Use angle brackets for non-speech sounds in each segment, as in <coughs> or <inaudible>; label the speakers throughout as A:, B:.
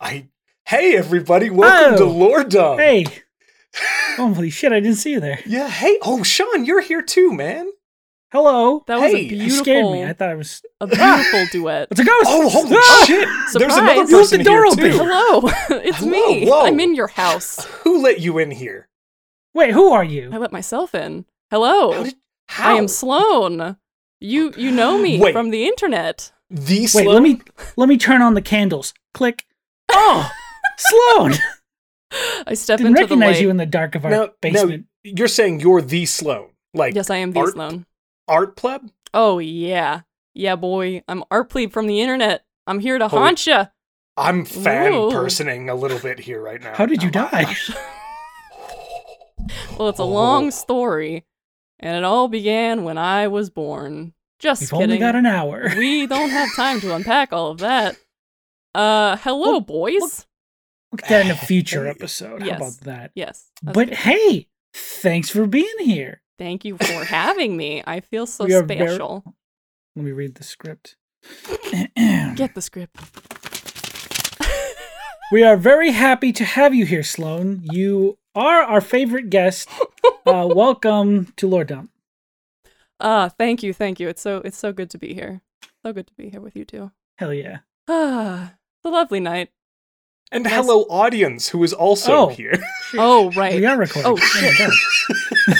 A: I hey everybody, welcome
B: Oh.
A: to Lordom.
B: Hey. Oh, Holy shit, I didn't see you there.
A: Yeah, hey. Oh, Sean, you're here too, man.
B: Hello.
C: That was
A: Hey,
C: a
A: you
B: You scared me.
C: beautiful,
B: I thought it was.
C: a beautiful duet.
B: It's a ghost.
A: Oh, holy
B: Ah!
A: shit! There's
C: Surprise.
A: another
C: You left
A: person
B: the door
A: here too.
B: open.
C: Hello, <laughs> it's
A: Hello,
C: me.
A: whoa.
C: I'm in your
A: <laughs>
C: house.
A: Who let you in here?
B: Wait, who are
C: I
B: you?
C: let myself in. Hello,
A: How did? How?
C: Oh, I am Sloane. You you know me
A: Wait.
C: from the internet.
A: the
B: Wait,
A: Sloan.
B: let me let me turn on the candles. Click. Oh, Sloan.
C: <laughs> I step
B: Didn't
C: into the
B: recognize
C: light.
B: you in the dark of our
A: Now, now,
B: basement.
A: you're saying you're the Sloan, like
C: yes, I am the
A: art-
C: Sloane.
A: art pleb.
C: Oh yeah, yeah boy. I'm Artplebe from the internet. I'm here to
A: Holy-
C: haunt you.
A: I'm fan
C: Ooh.
A: personing a little bit here right now.
B: How did you
C: Oh
B: die?
C: Well, it's a
A: Oh.
C: long story, and it all began when I was born. Just
B: We've
C: kidding.
B: only got an hour.
C: we don't have time to unpack all of that. Uh, hello,
B: Well,
C: boys.
B: We'll get
C: <laughs>
B: that in a future episode.
C: Yes.
B: How about that?
C: yes, that's
B: But
C: good.
B: hey, thanks for being here.
C: thank you for having me. I feel so
B: We are very-
C: special.
B: Let me read the script. <clears throat>
C: Get the script.
B: We are very happy to have you here, Sloan. You are our
A: <laughs>
B: favorite guest. Uh, welcome to Lord Dump.
C: Ah, thank you, thank you. It's so it's so good to be here. So good to be here with you two.
B: Hell yeah.
C: Ah, <sighs> it's a lovely night.
A: And
C: Nice.
A: hello, audience, who is also
B: Oh.
A: here. <laughs>
C: Oh
B: We
C: right.
B: are recording.
C: Oh, shit.
B: my God.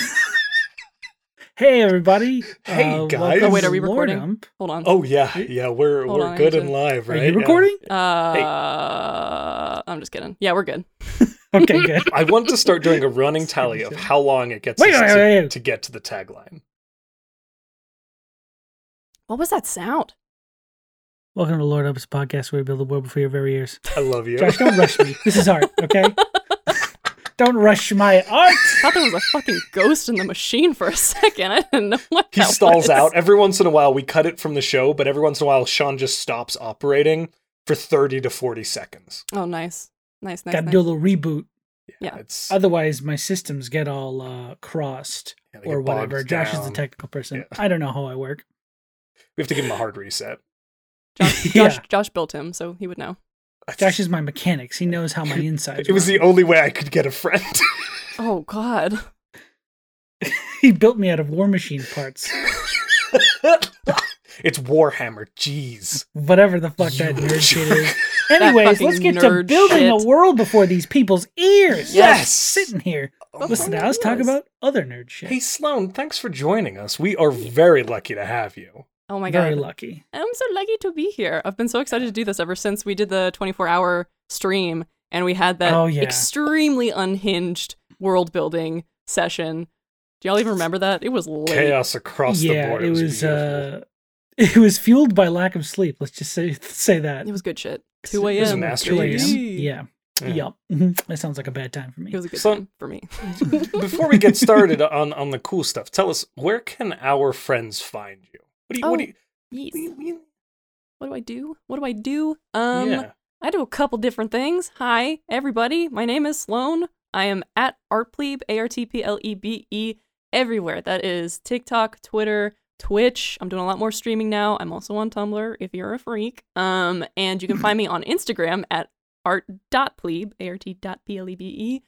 B: hey, everybody.
A: Hey,
B: Uh,
A: guys.
B: welcome
A: Oh, wait,
B: to
C: are we
B: Lord
C: recording?
B: Dump.
C: Hold on.
A: oh yeah, yeah, we're
C: Hold
A: we're
C: on, I
A: good
C: need
A: and
C: to-
A: live,
B: Are
A: right?
B: you
A: Yeah. <laughs>
B: recording?
C: Uh, I'm just kidding. Yeah, we're good.
B: Okay, good.
A: I want to start
B: <laughs>
A: doing a running tally of how long it gets
B: Wait,
A: us
B: wait,
A: to,
B: wait, wait.
A: to get to the tagline.
C: What was that sound?
B: Welcome to Lord Dump's podcast where we build the world before your very ears.
A: I love you. <laughs>
B: Josh, don't rush me. This is art, okay? don't rush my art.
C: I thought there was a fucking ghost in the machine for a <laughs> second. I didn't know what
A: He
C: that
A: stalls
C: was.
A: out. Every once in a while, we cut it from the show, but every once in a while, Sean just stops operating for 30 to 40 seconds.
C: Oh, nice, nice, nice.
B: Gotta
C: nice.
B: do a little reboot.
C: Yeah.
A: It's,
B: Otherwise, my systems get all uh, crossed
A: Yeah, they
B: or
A: get bogged
B: whatever. Josh is the
A: down.
B: technical person.
A: Yeah.
B: I don't know how I work.
A: we have to give him a hard reset.
B: <laughs>
C: Josh,
B: Yeah.
C: Josh, Josh built him, so he would know.
B: <laughs> Josh is my mechanics. He knows how my
A: <laughs>
B: insides.
A: It was the
B: work.
A: only way I could get a friend. <laughs>
C: Oh God.
B: he built me out of War Machine parts.
A: it's Warhammer. Jeez.
B: Whatever the fuck that
A: You
B: nerd shit
A: jerk.
B: is. <laughs> Anyways,
C: fucking
B: let's get to
C: nerd
B: building a
C: shit.
B: world before these people's ears.
C: Yes.
B: Just sitting here.
A: Oh
B: <laughs> Listen,
A: my
B: now let's talk
C: goodness.
B: about other nerd
A: <laughs>
B: shit.
C: oh
A: Hey, Sloan, thanks for joining us. We are very lucky to have you.
C: Oh my
B: Very
C: God.
B: lucky.
C: I'm so lucky to be here. I've been so excited to do this ever since we did the 24 hour stream and we had that
B: Oh, yeah.
C: extremely unhinged world building session. Do y'all even remember that? It was late.
A: Chaos across the
B: yeah,
A: board.
B: it was.
A: beautiful.
B: uh, <laughs> it was fueled by lack of sleep. Let's just say <laughs> say that.
C: It was good shit. 2
B: It
C: a.m.
A: was a
B: was 2 a.m.
A: masterpiece.
B: Yeah.
A: Yeah.
B: Yup. Mhm. That sounds like a bad time for me.
C: It was a good
A: So-
C: time for me.
A: Before we get started on, on the cool stuff, tell us where can our friends find you? What do you? what do
C: Oh,
A: you?
C: Yeet.
A: what do you- what do you-
C: What do I do? What do I do?
B: Oh,
C: Um,
A: yeah.
C: I do a couple different things. Hi, everybody. My name is Sloan. I am at Artplebe, A R T P L E B E, everywhere. That is TikTok, Twitter, Twitch. I'm doing a lot more streaming now. I'm also on Tumblr if you're a freak. Um, and you can find me on Instagram at art.plebe, A R T dot P L E B E.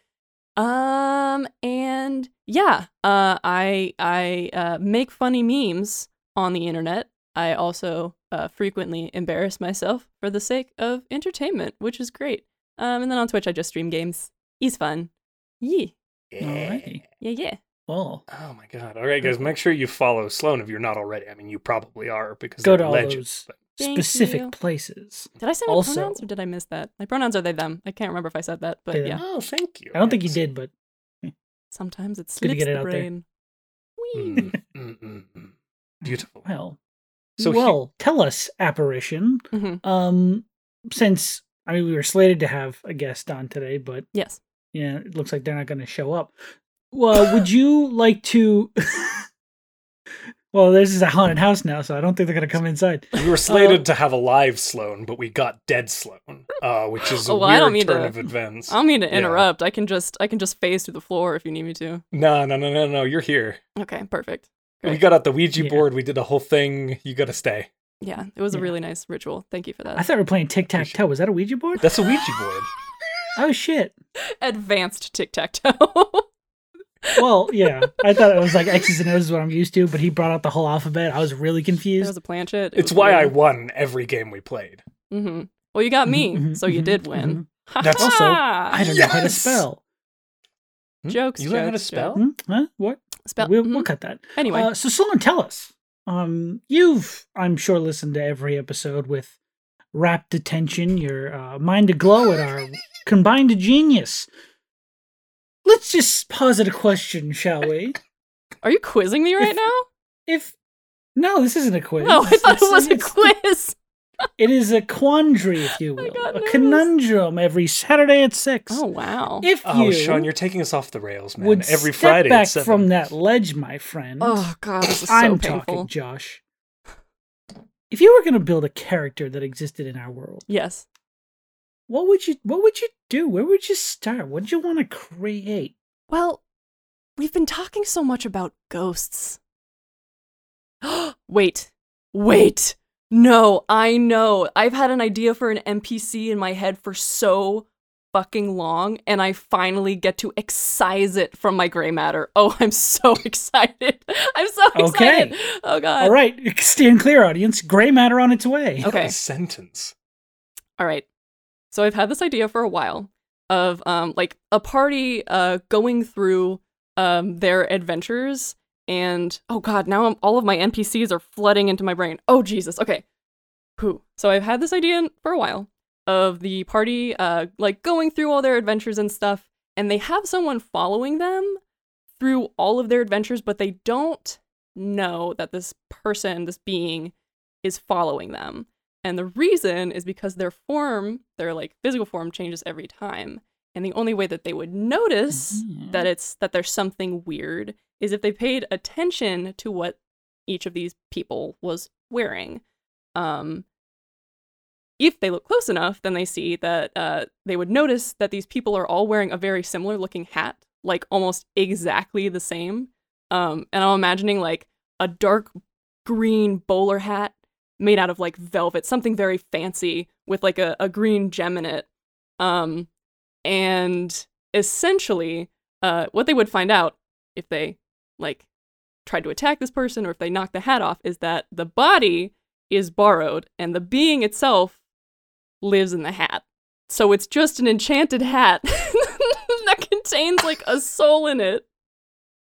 C: Um, and yeah, uh, I, I uh, make funny memes on the internet. I also uh, frequently embarrass myself for the sake of entertainment, which is great. Um, and then on Twitch, I just stream games. He's fun. Yeah,
B: Alrighty.
C: yeah, yeah.
B: Well,
A: Oh my god! All right, guys, make sure you follow Sloan if you're not already. I mean, you probably are because
B: go
A: they're
B: to all
A: legends.
B: those
C: Thank
B: specific
C: you.
B: places.
C: Did I say my
B: Also-
C: pronouns or did I miss that? My pronouns are they them. I can't remember if I said that, but
B: They
C: yeah.
B: them.
A: Oh, thank you.
B: I don't think you did, but
C: Sometimes it
B: Good to
C: slips
B: get it
C: the
B: out there.
C: brain. Whee.
A: Mm, mm, mm, mm. Beautiful.
B: <laughs> well,
A: So he-
B: well, tell us, apparition.
C: Mhm.
B: Um, since I mean we were slated to have a guest on today, but
C: Yes.
B: yeah, it looks like they're not going to show up. Well, would
C: <laughs>
B: you like to? <laughs> well, this is a haunted house now, so I don't think they're going to come inside.
A: We were slated to have a live Sloan, but we got dead Sloan, uh, which
B: <laughs>
A: is a
C: Oh, well,
A: weird
C: I don't mean
A: turn
C: to-
A: of events.
C: I
B: Oh.
C: don't mean to
A: Yeah.
C: interrupt. I can just I can just phase through the floor if you need me to.
A: No, no, no, no, no. You're here.
C: Okay, perfect.
A: We
C: Great.
A: got out the Ouija
B: Yeah.
A: board. We did the whole thing. You got to stay.
C: Yeah, it was a
B: Yeah.
C: really nice ritual. Thank you for that.
B: I thought we were playing tic tac toe. Was that a Ouija board?
C: <laughs>
A: That's a Ouija board.
B: Oh shit.
C: Advanced tic tac <laughs> toe.
B: Well, yeah. I thought it was like X's and O's is what I'm used to, but he brought out the whole alphabet. I was really
C: It
B: confused.
C: was a planchet.
A: It's why I won every game we played.
C: Mm-hmm. Well, you got me,
B: Mhm, mhm,
C: so you
B: mhm,
C: did win. <laughs>
A: That's-
B: Also,
C: Ha-ha!
B: I don't know how to
A: Yes!
B: spell.
A: Hmm?
C: Jokes,
A: You learn how to
C: jokes,
A: spell?
B: Hmm? Huh? What?
C: Spell.
B: We'll,
C: mhm.
B: we'll cut that.
C: Anyway,
B: Uh, so Sloan, tell us. Um, you've, I'm sure, listened to every episode with rapt attention, your uh, mind aglow at
C: <laughs>
B: our combined genius. Let's just posit a question, shall we?
C: are you quizzing
A: <laughs>
C: me right
B: if-
C: now?
B: If no, this isn't a quiz.
C: No, <laughs> I thought
B: This
C: it was a
B: is-
C: quiz.
B: It is a quandary, if you
C: <laughs> I
B: will,
C: got
B: a
C: nervous.
B: conundrum. Every Saturday at six.
C: Oh wow.
B: if
A: Oh,
B: you
A: Sean, you're taking us off the rails, man.
B: would
A: every
B: step
A: Friday
B: back
A: at seven. <laughs>
B: from that ledge, my friend.
C: Oh god, this is so
B: I'm
C: painful.
B: talking, Josh. If you were going to build a character that existed in our world,
C: Yes.
B: what would you what would you do? Where would you start? What would you want to create?
C: Well, we've been talking so much about ghosts. <gasps> wait, wait. No, I know. I've had an idea for an NPC in my head for so fucking long, and I finally get to excise it from my gray matter. <laughs> Oh, I'm so excited. I'm so
B: Okay.
C: excited. Oh, God.
B: All right, <laughs> stand clear, audience. Gray matter on its way.
A: Not a
C: Okay.
A: sentence.
C: All right. So I've had this idea for a while of um like a party uh going through um their adventures and oh god, now I'm, all of my NPCs are flooding into my brain. Oh Jesus. Okay. Who? So I've had this idea for a while of the party uh like going through all their adventures and stuff and they have someone following them through all of their adventures but they don't know that this person, this being is following them. And the reason is because their form, their like physical form changes every time. And the only way that they would
B: Mm-hmm.
C: notice that it's that there's something weird is if they paid attention to what each of these people was wearing. Um if they look close enough, then they see that uh, they would notice that these people are all wearing a very similar looking hat, like almost exactly the same. Um, and I'm imagining like a dark green bowler hat made out of like velvet, something very fancy with like a, a green gem in it. Um, and essentially, uh, what they would find out if they like tried to attack this person or if they knocked the hat off is that the body is borrowed and the being itself lives in the hat. So it's just an enchanted hat <laughs> that contains like a soul in it.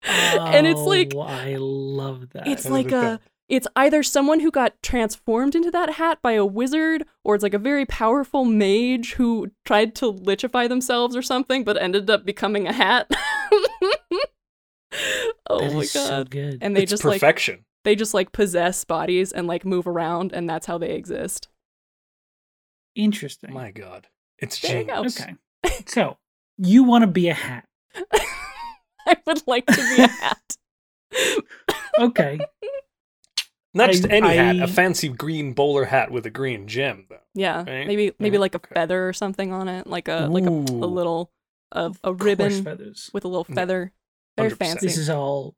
C: and it's like
B: Oh, I love that.
C: it's
A: I
C: like uh,
A: looked
C: a
A: up.
C: it's either someone who got transformed into that hat by a wizard or it's like a very powerful mage who tried to lichify themselves or something but ended up becoming a hat. <laughs> oh
B: That
C: my god.
B: is so good.
C: and they
A: it's
C: just like
A: perfection.
C: they just like possess bodies and like move around and that's how they exist. <laughs>
B: Interesting.
A: My God. It's
C: There you go.
A: genius.
B: okay,
C: <laughs>
B: so you want to be a hat?
C: I would like to
B: <laughs>
C: be a hat.
B: Okay,
A: Not just
B: I-
A: any hat,
B: I-
A: a fancy green bowler hat with a green gem, though.
C: Yeah.
A: Right?
C: Maybe maybe
A: Mm,
C: like a
A: okay.
C: feather or something on it, like a Uh, like a, a
A: Ooh. <laughs>
C: little a, <laughs> a
B: Horse
C: ribbon
B: feathers.
C: with a little
A: Yeah.
C: feather. Very
A: 100%.
C: fancy.
B: This is all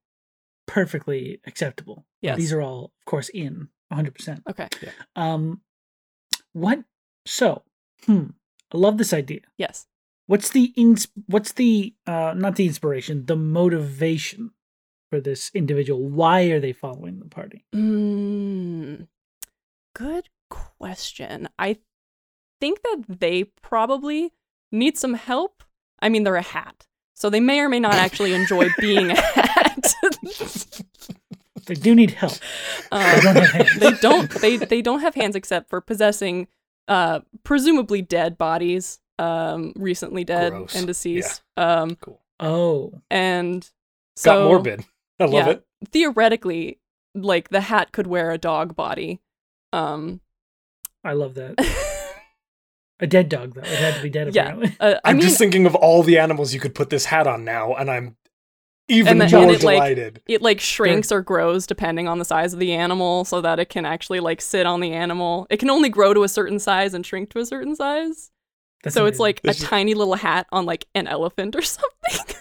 B: perfectly acceptable.
C: Yes.
B: These are all, of course, in 100%.
C: Okay.
B: Um, what? So, hmm. I love this idea.
C: Yes.
B: What's the ins? What's the uh, not the inspiration, the motivation for this individual? Why are they following the party?
C: Mm, good question. I think that they probably need some help. I mean, they're a hat, so they may or may not actually enjoy
A: <laughs>
C: being a hat. <laughs>
B: They do need help. They
C: um,
B: don't have hands.
C: they don't. They they don't have hands except for possessing, uh, presumably dead bodies, um, recently dead
A: Gross.
C: and
A: Yeah.
C: deceased. Um,
A: Cool.
B: Oh,
C: and so
A: Got morbid. I love
C: yeah.
A: it.
C: theoretically, like the hat could wear a dog body. Um, <laughs> uh,
B: I love that. A dead dog though. It had to be dead
C: Yeah.
B: apparently. <laughs>
C: uh, I
A: I'm
C: mean,
A: just thinking of all the animals you could put this hat on now, and I'm even
C: And the- and
A: more
C: it, like-
A: delighted.
C: it like shrinks or grows depending on the size of the animal so that it can actually like sit on the animal it can only grow to a certain size and shrink to a certain size
B: That's
C: so it's
B: amazing.
C: like a
A: This is-
C: <laughs> tiny little hat on like an elephant or something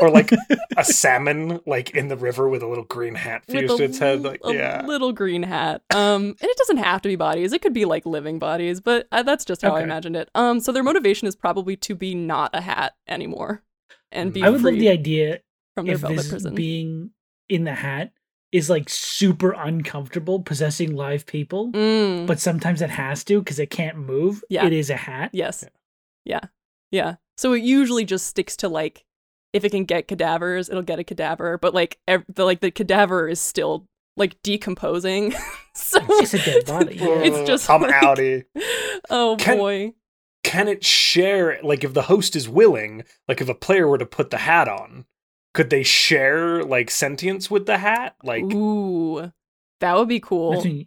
A: or like
B: <laughs>
A: a salmon like in the river with a little green hat
C: with
A: fused
C: a
A: to its head.
C: l-
A: Like
C: a
A: yeah,
C: little green hat. Um, and it doesn't have to be bodies; it could be like living bodies, but I, that's just how I
B: Okay.
C: imagined it. Um, so their motivation is probably to be not a hat anymore and be
B: Mm. I would love
C: free
B: the idea
C: from their
B: if
C: velvet
B: this
C: prison.
B: being in the hat is like super uncomfortable possessing live people,
C: Mm,
B: but sometimes it has to because it can't move.
C: Yeah.
B: It is a hat.
C: yes, yeah. yeah, So it usually just sticks to like if it can get cadavers, it'll get a cadaver, but like ev- the like the cadaver is still like decomposing. <laughs> so
B: It's just a dead body.
C: it's just
A: I'm
C: like-
A: outie.
C: Oh
A: Can-
C: boy.
A: Can it share? Like if the host is willing, like if a player were to put the hat on, could they share like sentience with the hat? Like
C: Ooh. That would be cool.
B: That's when you,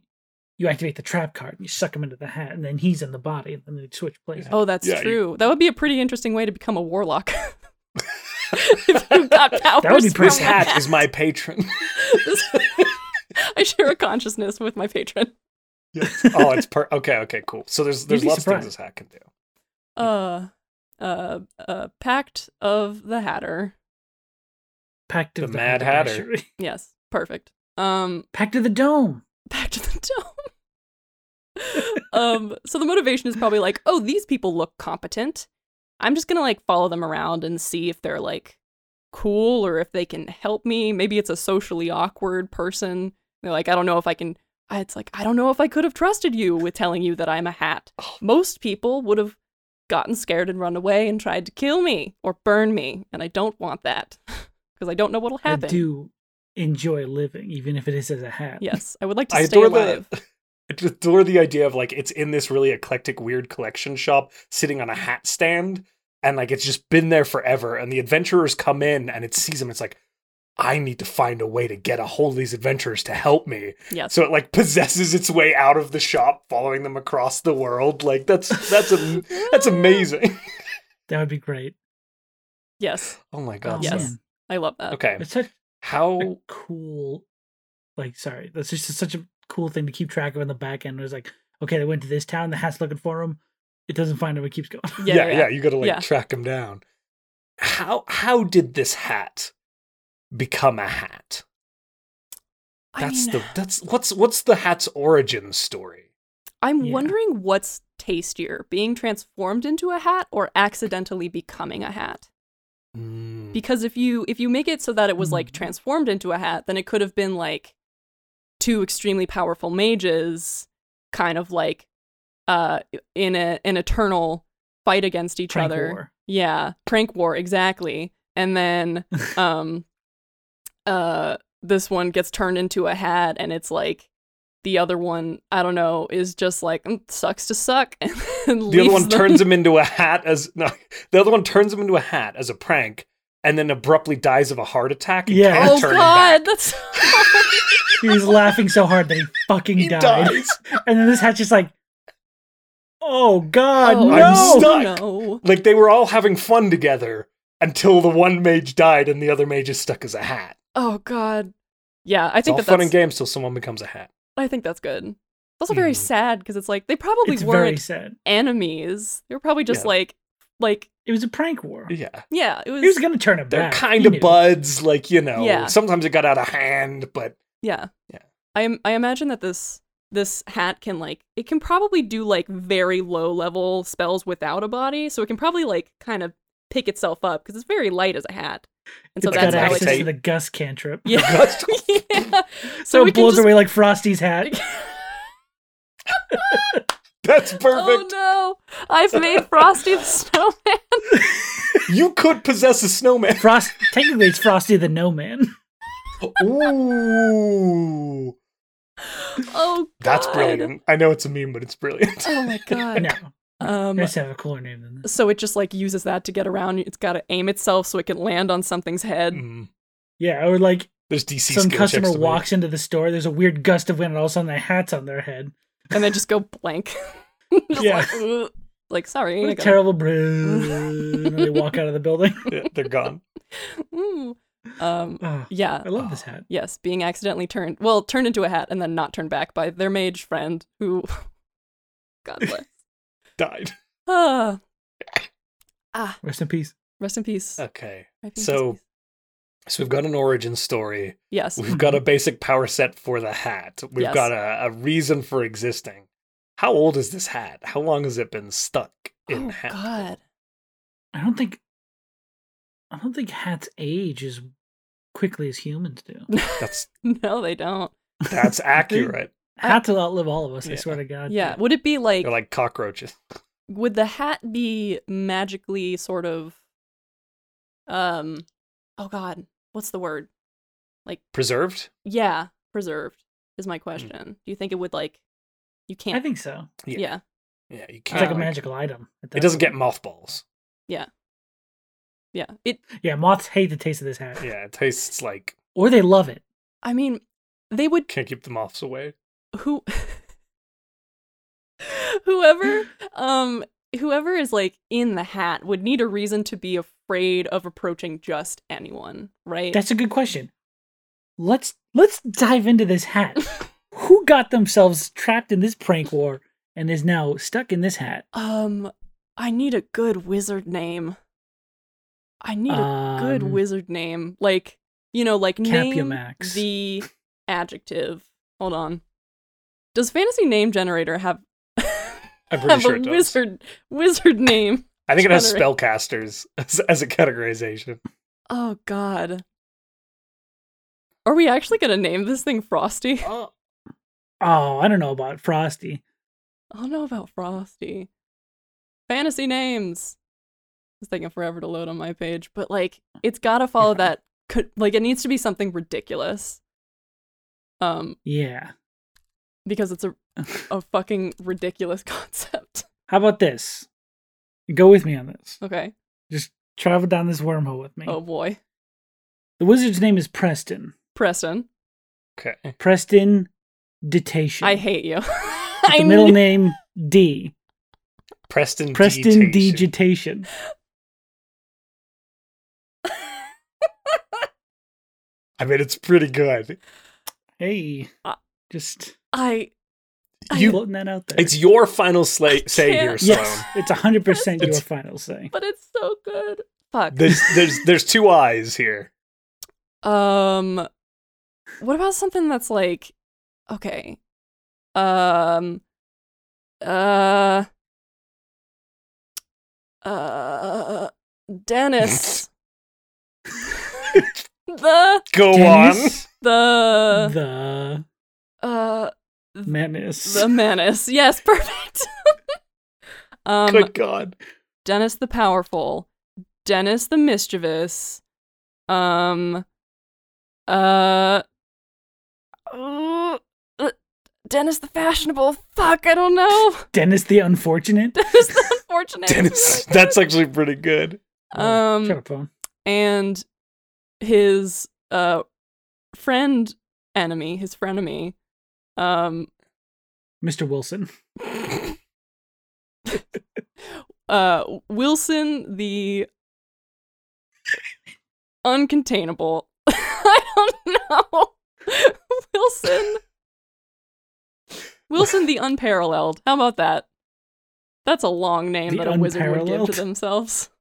B: you activate the trap card and you suck him into the hat, and then he's in the body, and then they switch places. <laughs>
C: Oh, that's
A: Yeah, you-
C: true. That would be a pretty interesting way to become a warlock. if you got powers
B: That would be pretty
A: this
C: from
B: cool.
A: hat is my patron.
C: <laughs> I share a consciousness with my patron.
A: oh, it's per- okay. Okay, cool. So there's there's
B: be
A: lots
B: surprised.
A: of things this hat can do.
C: Uh, uh, uh, Pact of the Hatter.
B: Pact of
A: the
B: the,
A: Mad
B: Haberdashery. <laughs>
C: Yes, perfect. Um,
B: Pact of the Dome.
C: Pact of the <laughs> Dome. um, so the motivation is probably like, oh, these people look competent. I'm just gonna like follow them around and see if they're like cool or if they can help me. Maybe it's a socially awkward person. They're like, I don't know if I can. I- It's like I don't know if I could have trusted you with telling you that I'm a hat.
A: Oh.
C: Most people would have gotten scared and run away and tried to kill me or burn me, and I don't want that <laughs> because I don't know what'll happen.
B: I do enjoy living, even if it is as a hat.
C: Yes, I would like to
A: I
C: stay
A: adore
C: alive.
A: <laughs> the I just adore the idea of like it's in this really eclectic, weird collection shop, sitting on a hat stand, and like it's just been there forever. And the adventurers come in, and it sees them. It's like I need to find a way to get a hold of these adventurers to help me.
C: Yes.
A: So it like possesses its way out of the shop, following them across the world. Like that's that's a that's amazing. <laughs>
B: That would be great.
C: Yes,
A: Oh my
B: Oh,
A: god!
C: Yes.
A: so-
B: man.
C: I love that.
A: Okay.
B: It's such a
A: How
B: cool, like, sorry, that's just such a cool thing to keep track of in the back end. It was like, okay, they went to this town, the hat's looking for them. It doesn't find him, it keeps going. <laughs>
A: yeah, yeah, you got to like
C: Yeah.
A: track him down. How how did this hat become a hat?
C: I
A: That's
C: mean,
A: the that's what's what's the hat's origin story?
C: I'm
B: Yeah.
C: wondering what's tastier, being transformed into a hat or accidentally becoming a hat.
A: Mm,
C: Because if you if you make it so that it was like
A: Hmm.
B: Mhm.
C: transformed into a hat, then it could have been like two extremely powerful mages kind of like uh in a an eternal fight against each
B: Prank
C: other.
B: war.
C: Yeah, prank war exactly.
A: <laughs>
C: And then um uh this one gets turned into a hat and it's like the other one, I don't know, is just like "Mm, sucks to suck <laughs> and then
A: the other
C: leaves
A: one
C: them. <laughs>
A: turns him into a hat as no, the other one turns him into a hat as a prank, and then abruptly dies of a heart attack. And
B: Yeah.
A: can't
C: Oh
A: turn him
C: god,
A: back.
C: that's
A: <laughs>
B: He was laughing so hard that he fucking
A: He
B: died.
A: dies.
B: And then this hat's just like, oh God,
C: oh,
B: no.
A: I'm stuck.
C: No.
A: <laughs> Like they were all having fun together until the one mage died and the other mage is stuck as a hat.
C: Oh god. Yeah, I
A: It's all
C: think that
A: fun and
C: that's
A: games till someone becomes a hat.
C: I think that's good. It's also very
A: Mm.
C: sad because it's like they probably
B: it's very
C: weren't
B: sad.
C: enemies. They were probably just
A: Yeah.
C: like like
B: It was a prank war.
A: Yeah.
C: yeah, it
B: He was gonna turn it
A: They're
B: back.
A: kind
B: He
A: of
B: knew.
A: buds, like, you know,
C: Yeah.
A: sometimes it got out of hand, but <laughs>
C: Yeah.
A: Yeah.
C: I im- I imagine that this this hat can like it can probably do like very low level spells without a body, so it can probably like kind of pick itself up because it's very light as a hat, and so
B: It's
C: that's
B: got
C: how
B: access
C: it.
A: it's-
B: to the Gus cantrip.
C: <laughs> Yeah. yeah.
B: So,
C: we
B: it
C: can
B: blows
C: just-
B: away like Frosty's hat.
A: that's perfect.
C: <laughs> Oh no! I've made Frosty the Snowman. <laughs>
A: You could possess a snowman.
B: Frost technically it's Frosty the No
C: <laughs>
B: Man.
A: <laughs> Ooh.
C: Oh,
A: That's
C: God.
A: brilliant. I know it's a meme, but it's brilliant.
C: Oh <laughs> my god!
B: No.
C: Um,
B: Let's have a cooler name than this.
C: so it just like uses that to get around. It's got to aim itself so it can land on something's head.
A: Mm.
B: Yeah, or like
A: There's DC skill
B: some
A: checks
B: customer
A: to
B: walks into the store, there's a weird gust of wind, and all of a sudden their hat's on their head.
C: and then just go blank. <laughs> Just
B: Yeah.
C: Like, "Ugh." Like, sorry.
B: What
C: I
B: a
C: gotta-
B: terrible brew.
C: <laughs>
B: and they walk out of the building.
A: make. Yeah, they're <laughs> gone.
C: <laughs> Ooh. Um,
B: Oh,
C: yeah.
B: I love this hat.
C: Yes, being accidentally turned, well, turned into a hat and then not turned back by their mage friend, who, <laughs> God bless.
A: Died.
C: ah, ah,
B: Rest in peace.
C: rest in peace.
A: Okay.
C: Rest in peace,
A: Uh, So
C: peace.
A: So we've got an origin story.
C: Yes. Oh,
A: We've got a basic power set for the hat. We've
C: Mm-hmm. Yes.
A: got a, a reason for existing. How old is this hat? How long has it been stuck in
C: oh
A: hat?
C: God.
B: I don't think I don't think hats age as quickly as humans do.
C: Uh,
A: That's
C: <laughs> No, they don't.
A: that's accurate.
B: Hats will outlive all of us, I
A: Yeah.
B: swear to God.
C: Yeah. Would it be like,
A: They're like cockroaches.
C: would the hat be magically sort of um oh god, what's the word?
A: Preserved?
C: Yeah, preserved is my question. Do you think it would like you can't
B: Mm. I think so.
A: yeah.
C: yeah.
A: Yeah, you
B: It's
A: can't.
B: like a
C: Um,
B: magical item. at
A: it
B: that
A: doesn't
B: point.
A: get mothballs.
C: Yeah. It
B: Yeah, moths hate the taste of this hat.
A: Yeah, it tastes like
B: Or they love it.
C: I mean, they would
A: can't keep the moths away.
C: who <laughs>
B: <laughs>
C: whoever um whoever is like in the hat would need a reason to be afraid of approaching just anyone, right?
B: That's a good question. Let's let's dive into this
C: <laughs>
B: hat. Who got themselves trapped in this prank war and is now stuck in this hat?
C: um I need a good wizard name. I need a good
B: Um,
C: wizard name. Like, you know, like name
B: Capumax. <laughs>
C: the adjective. Hold on. Does fantasy name generator have <laughs>
A: I'm pretty
C: have
A: sure
C: a
A: it does.
C: wizard wizard name?
A: I think it has
C: generator.
A: spellcasters <laughs> as, as a categorization.
C: Oh god. Are we actually going to name this thing Frosty? <laughs>
A: Oh,
B: Oh, I don't know about Frosty.
C: I don't know about Frosty. Fantasy names. It's taking forever to load on my page, but like it's got to follow that co- like it needs to be something ridiculous. Um
B: Yeah.
C: because it's a a fucking ridiculous <laughs> concept.
B: How about this? Go with me on this.
C: Okay.
B: Just travel down this wormhole with me.
C: Oh boy.
B: The wizard's name is Preston.
C: Preston,
A: okay.
B: Preston Detation.
C: I hate you. <laughs>
B: With
C: I
B: the middle
C: knew-
B: name D.
A: Preston.
B: Preston
A: Digitation.
B: Digitation.
A: I mean, it's pretty good.
B: Hey.
C: Uh,
B: Just
C: <laughs> I
A: You-
B: floating that out there.
A: It's your final sla-
C: I
A: say here,
C: can't.
A: Sloan.
B: yes. It's hundred percent your
A: It's-
B: final say.
C: <laughs> but it's so good.
A: <laughs>
C: Fuck.
A: There's there's there's two eyes here.
C: um what about something that's like okay. Um uh uh
B: <laughs>
C: Dennis <laughs> the
A: Go
B: Dennis
C: the
B: the
C: uh
B: menace.
C: the menace. Yes, perfect. <laughs> um
A: on. <laughs> Good God.
C: Dennis the powerful, Dennis the mischievous, um, uh, uh, uh, Dennis the fashionable. Fuck, I don't know. <laughs>
B: Dennis the unfortunate.
C: Dennis the unfortunate.
A: Dennis. That's actually pretty good.
C: <laughs> Um,
B: Shut up, phone.
C: and his uh friend enemy, his frenemy, um,
B: Mr. Wilson.
C: uh, Wilson the uncontainable. <laughs> I don't know. Wilson. Wilson the unparalleled. How about that? That's a long name
B: The
C: that a wizard would give
B: unparalleled?
C: to themselves. <laughs>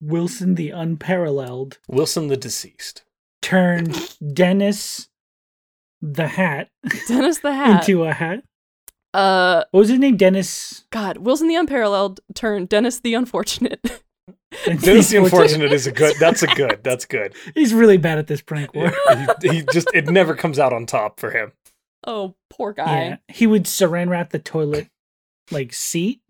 B: Wilson the unparalleled
A: Wilson the deceased.
B: turned Dennis the hat,
C: Dennis the Hat.
B: into a hat.
C: uh,
B: What was his name? Dennis.
C: God, Wilson the unparalleled turned Dennis the unfortunate.
A: <laughs>
C: <laughs>
A: Dennis the
B: Unfortunate.
A: unfortunate is a good. That's a good. That's good.
B: He's really bad at this prank war.
A: He, he just it never comes out on top for him.
C: oh, poor guy.
B: Yeah. He would saran wrap the toilet like seat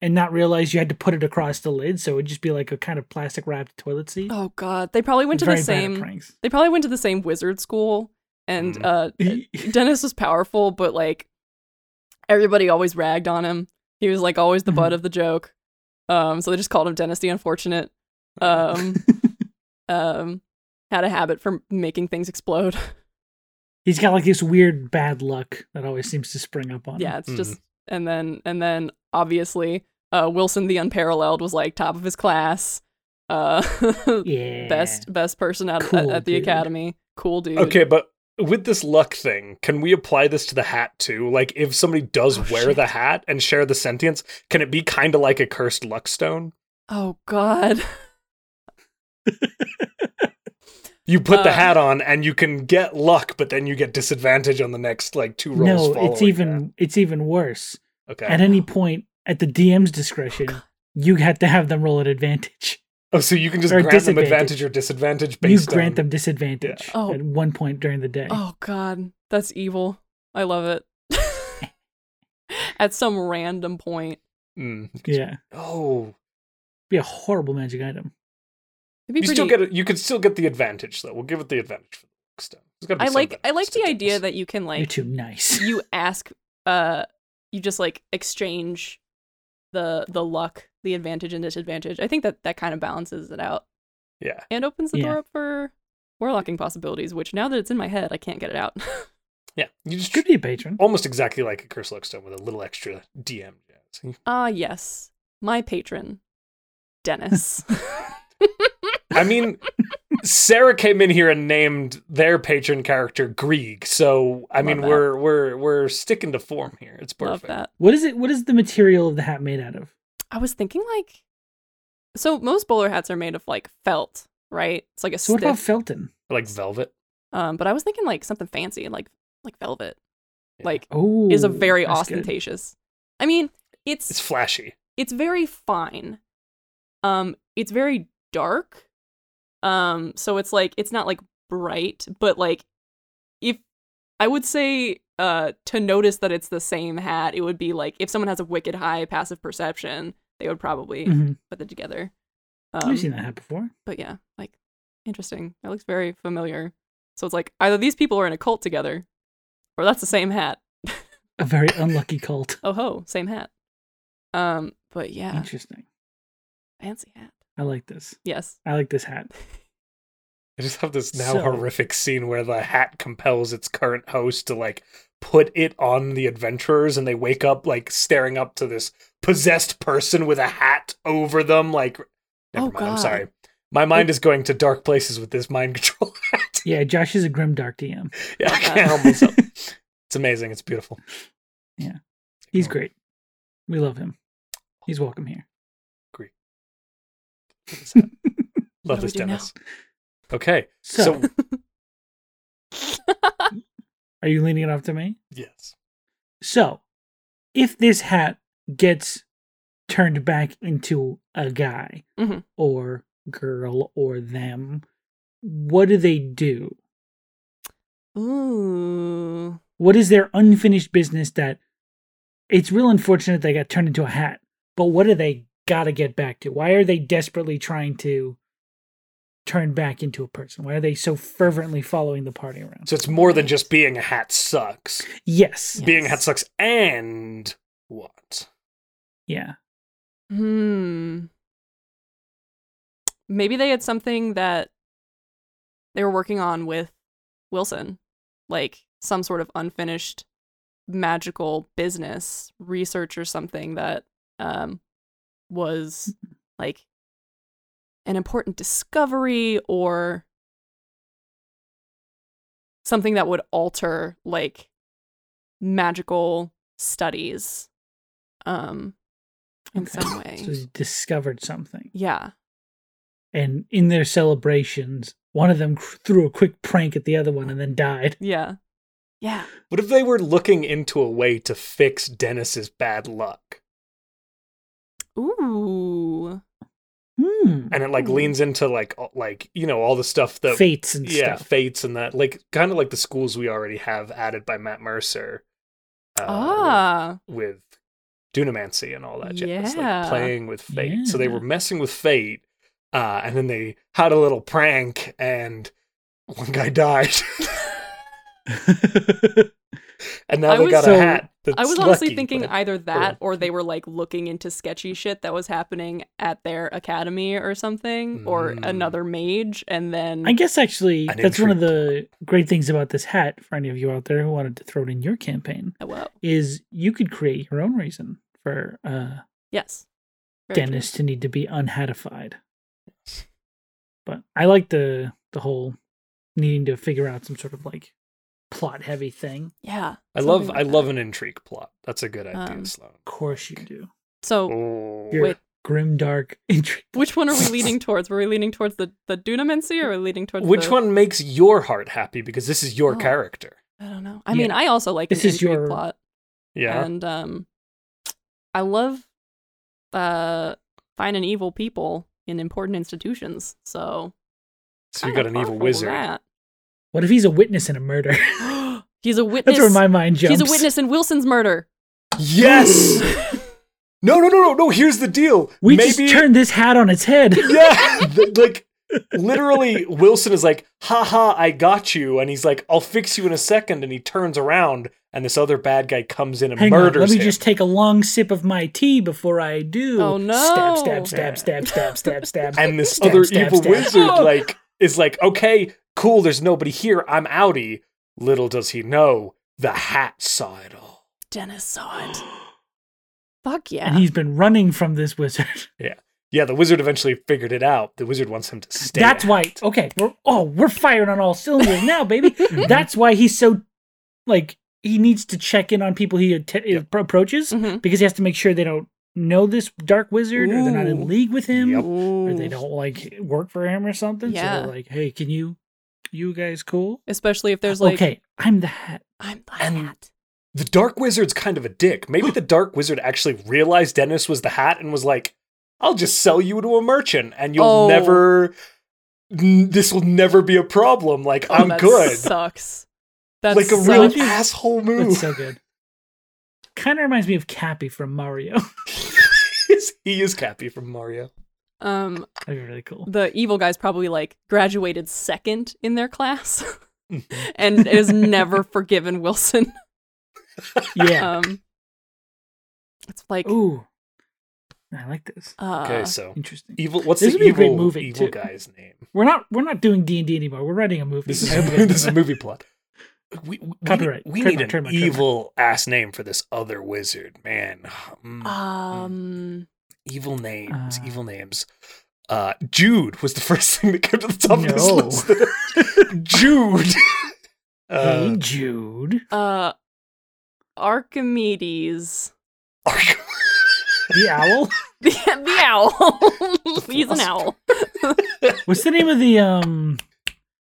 B: and not realize you had to put it across the lid, so it would just be like a kind of plastic wrapped toilet seat.
C: Oh God, they probably went to
B: Very
C: the
B: bad at
C: same. <laughs>
B: pranks.
C: They probably went to the same wizard school, and
B: Mm-hmm.
A: Mhm.
C: uh, Dennis was powerful, but like everybody always ragged on him. He was like always the butt
B: Mhm.
C: of the joke. Um, so they just called him Dennis the Unfortunate. Um, um, had a habit for making things explode.
B: <laughs>
C: <laughs>
B: He's got like this weird bad luck that always seems to spring up on him.
C: yeah, it's
A: Mhm.
C: just
B: Mm-hmm.
C: and then and then obviously uh, Wilson the Unparalleled was like top of his class. Uh, <laughs>
B: Yeah.
C: best best person out at,
B: Cool
C: at the
B: dude.
C: academy. Cool dude.
A: Okay, but with this luck thing, can we apply this to the hat too? Like, if somebody does
C: Oh,
A: wear
C: shit.
A: the hat and share the sentience, can it be kind of like a cursed luck stone?
C: Oh God.
A: You put the
C: Uh,
A: hat on and you can get luck, but then you get disadvantage on the next like two rolls.
B: No, it's
A: following
B: even it's even worse.
A: that. okay.
B: At any point, at the DM's discretion,
C: Oh,
B: you have to have them roll at advantage.
A: oh, so you can just
B: or
A: grant them
B: disadvantage.
A: advantage or disadvantage based
B: you grant
A: on
B: them disadvantage
C: Oh.
B: at one point during the day.
C: Oh god, that's evil. I love it. <laughs> At some random point.
A: them. Mm.
B: Yeah,
A: Oh,
B: be a horrible magic item.
C: It'd be
A: you still
C: pretty-
A: get it. You could still get the advantage though. We'll give it the advantage for the next time. There's gotta be
C: I
A: some
C: like I
A: benefits
C: like
A: to
C: the
A: doing
C: idea
A: this.
C: that you can
B: You're
C: like
B: too
C: <laughs>
B: nice.
C: you ask uh you just like exchange the the luck, the advantage and disadvantage. I think that that kind of balances it out
A: yeah.
C: and opens the door
B: Yeah.
C: up for warlocking possibilities, which now that it's in my head, I can't get it out. <laughs>
A: Yeah, you just
B: Could be a patron.
A: almost exactly like a curse lockstone with a little extra DM. jazz.
C: Ah, yes. My patron, Dennis. <laughs>
A: I mean, Sarah came in here and named their patron character Grieg, so I
C: Love
A: mean
C: that.
A: we're we're we're sticking to form here. It's
C: Love
A: perfect.
C: that.
B: What is it? What is the material of the hat made out of?
C: I was thinking like, so most bowler hats are made of like felt, right? It's like a
B: So what about
C: stiff.
B: Felton?
A: Like velvet.
C: um, but I was thinking like something fancy, like like velvet,
A: Yeah.
C: like
B: Oh,
C: is a very
B: that's good.
C: ostentatious. I mean,
A: It's
C: it's it's,
A: flashy.
C: very fine. Um, it's very dark. Um, so it's like it's not like bright, but like if I would say uh to notice that it's the same hat, it would be like if someone has a wicked high passive perception, they would probably
B: Mhm.
C: put it together. Um,
B: I've seen that hat before.
C: but yeah, like interesting. That looks very familiar. So it's like either these people are in a cult together, or that's the same hat.
B: A
C: <laughs>
B: very unlucky cult.
C: Oh ho, same hat. Um, but yeah,
B: Interesting.
C: fancy hat.
B: I like this.
C: Yes.
B: I like this hat.
A: I just have this now
B: So-
A: horrific scene where the hat compels its current host to like put it on the adventurers and they wake up like staring up to this possessed person with a hat over them like never
C: Oh,
A: mind, I'm
C: God.
A: sorry. My mind is going to dark places with this mind <laughs> control hat.
B: Yeah, Josh is a grim dark DM.
A: yeah, I
C: Love that.
A: can't
C: <laughs>
A: help myself. It's amazing. It's beautiful.
B: Yeah. He's
A: Oh,
B: great. We love him. He's welcome here.
C: What
A: Love
C: do
A: this,
C: we do now?
A: Dennis. Okay.
B: So,
A: So,
C: <laughs>
B: are you leaning it off to me?
A: yes.
B: So, if this hat gets turned back into a guy
C: Mhm.
B: or girl or them, what do they do?
C: Ooh.
B: What is their unfinished business that it's real unfortunate they got turned into a hat, but what do they got to get back to? Why are they desperately trying to turn back into a person? Why are they so fervently following the party around?
A: So it's more than just being a hat sucks.
B: yes.
C: Yeah.
A: Being a
C: Yes.
A: hat sucks and what?
B: Yeah.
C: Hmm. Maybe they had something that they were working on with Wilson, like some sort of unfinished magical business research or something that um was
B: Mm-hmm.
C: like an important discovery or something that would alter like magical studies um in
B: Okay.
C: some way
B: <laughs> So they discovered something.
C: yeah.
B: And in their celebrations, one of them cr- threw a quick prank at the other one and then died.
C: Yeah. Yeah.
A: What if they were looking into a way to fix Dennis's bad luck? Uh,
C: Ooh.
B: Hmm.
A: And it like
C: Hmm.
A: leans into like all- like you know all the stuff that
B: Fates and
A: yeah
B: stuff.
A: fates and that like kind of like the schools we already have added by Matt Mercer. uh,
C: ah.
A: with Dunamancy and all that jazz,
C: Yeah.
A: like playing with fate. So they were messing with fate, uh, and then they had a little prank, and one guy <laughs> died, and now
C: I
A: they
C: was-
A: got
B: So-
A: a hat. That's
C: I was honestly
A: lucky,
C: thinking
A: but
C: either that
A: yeah.
C: or
A: <laughs>
C: they were like looking into sketchy shit that was happening at their academy or something or
A: Mm.
C: another mage and then
B: I guess actually
A: An
B: that's one of the
A: intrigue.
B: great things about this hat for any of you out there who wanted to throw it in your campaign
C: Oh, wow.
B: is you could create your own reason for uh,
C: Yes. Very true.
B: Dennis to need to be unhatified. But I like the the whole needing to figure out some sort of like plot heavy thing.
C: Yeah.
A: I love
C: something
A: I
C: like that.
A: love an intrigue plot. That's a good idea,
C: Um,
A: Sloan. <laughs>
B: Of course you do.
C: So
A: Oh,
B: Here.
C: with
B: grim dark <laughs> intrigue.
C: Which one are we leaning towards? Were we leaning towards the the Dunamancy, or are we leaning towards
A: Which
C: the-
A: one makes your heart happy? Because this is your
C: Oh.
A: character.
C: I don't know. I
B: Yeah.
C: mean, I also like
B: This
C: an
B: is
C: intrigue
B: your-
C: plot,
A: Yeah.
C: and um, I love uh finding evil people in important institutions. So
A: so you
C: kinda
A: got an
C: far
A: evil
C: from
A: wizard.
C: that.
B: What if he's a witness in a murder?
C: He's a witness.
B: <laughs> That's where my mind jumps.
C: He's a witness in Wilson's murder. <laughs>
A: Yes. no, no, no, no, no. Here's the deal.
B: We
A: Maybe
B: just turned this hat on its head.
A: <laughs> yeah, th- like literally, Wilson is like, haha, I got you. And he's like, I'll fix you in a second. And he turns around, and this other bad guy comes in and
B: <laughs> Hang on,
A: murders
B: let me
A: him.
B: just take a long sip of my tea before I do.
C: Oh, no.
B: Stab, stab,
A: Yeah.
B: stab, stab, stab, stab,
C: <laughs>
B: stab.
A: and this
B: Stab,
A: other
B: stab,
A: evil
B: stab.
A: wizard,
C: Oh.
A: like, is like, okay, cool, there's nobody here. I'm outie. Little does he know, the hat saw it all.
C: Dennis saw it. <gasps> Fuck yeah.
B: And he's been running from this wizard. <laughs>
A: Yeah, the wizard eventually figured it out. The wizard wants him to stay.
B: That's
A: a
B: why.
A: hat.
B: Okay, we're oh, we're firing on all cylinders now,
C: <laughs>
B: baby. That's why he's so like he needs to check in on people he att-
A: Yep.
B: approaches
C: Mhm.
B: because he has to make sure they don't know this dark wizard or they're not
A: Ooh.
B: in league with him
A: Yep.
B: or they
C: Ooh.
B: don't like work for him or something. So
C: Yeah.
B: they're like, hey, can you, you guys cool?
C: Especially if there's like,
B: okay, I'm the hat.
C: I'm the
A: And-
C: hat.
A: The dark wizard's kind of a dick.
B: <gasps>
A: Maybe the dark wizard actually realized Dennis was the hat and was like, I'll just sell you to a merchant and you'll
C: Oh.
A: never. n- This will never be a problem. Like,
C: Oh,
A: I'm
C: that
A: good.
C: Sucks. That's
A: like a real
B: sucks.
A: asshole move.
B: That's so good. Kind of reminds me of Cappy from
A: <laughs>
B: Mario. <laughs>
A: he is Cappy from Mario. <laughs>
C: um
B: That'd be really
C: <laughs>
B: cool.
C: the evil guy's probably like graduated second in their class <laughs> and
B: <laughs>
C: is never forgiven Wilson.
B: Yeah.
C: Um It's like
B: Ooh, I like this.
C: uh
A: okay, so
B: Interesting.
A: evil. What's
B: This
A: the
B: would be a great
A: evil,
B: movie,
A: evil
B: too.
A: guy's name?
B: We're not we're not doing D and D anymore. We're writing a movie. <laughs>
A: This is <laughs>
B: I hope you guys
A: this is
B: know
A: a movie plot. We, we,
B: Copyright.
A: We,
B: Trademark,
A: need an
B: trademark, trademark.
A: evil ass name for this other wizard, man. <sighs> Mm.
C: Uh, um
A: evil names,
B: Uh.
A: evil names. Uh, Jude was the <laughs> first thing that came to the top of this
B: No.
A: list. <laughs> Jude.
B: that. <laughs> hey
A: Uh,
B: Jude,
C: uh Archimedes.
A: Uh, <laughs>
B: the owl.
C: <laughs> The, the owl. <laughs> He's an owl.
B: What's the name of the um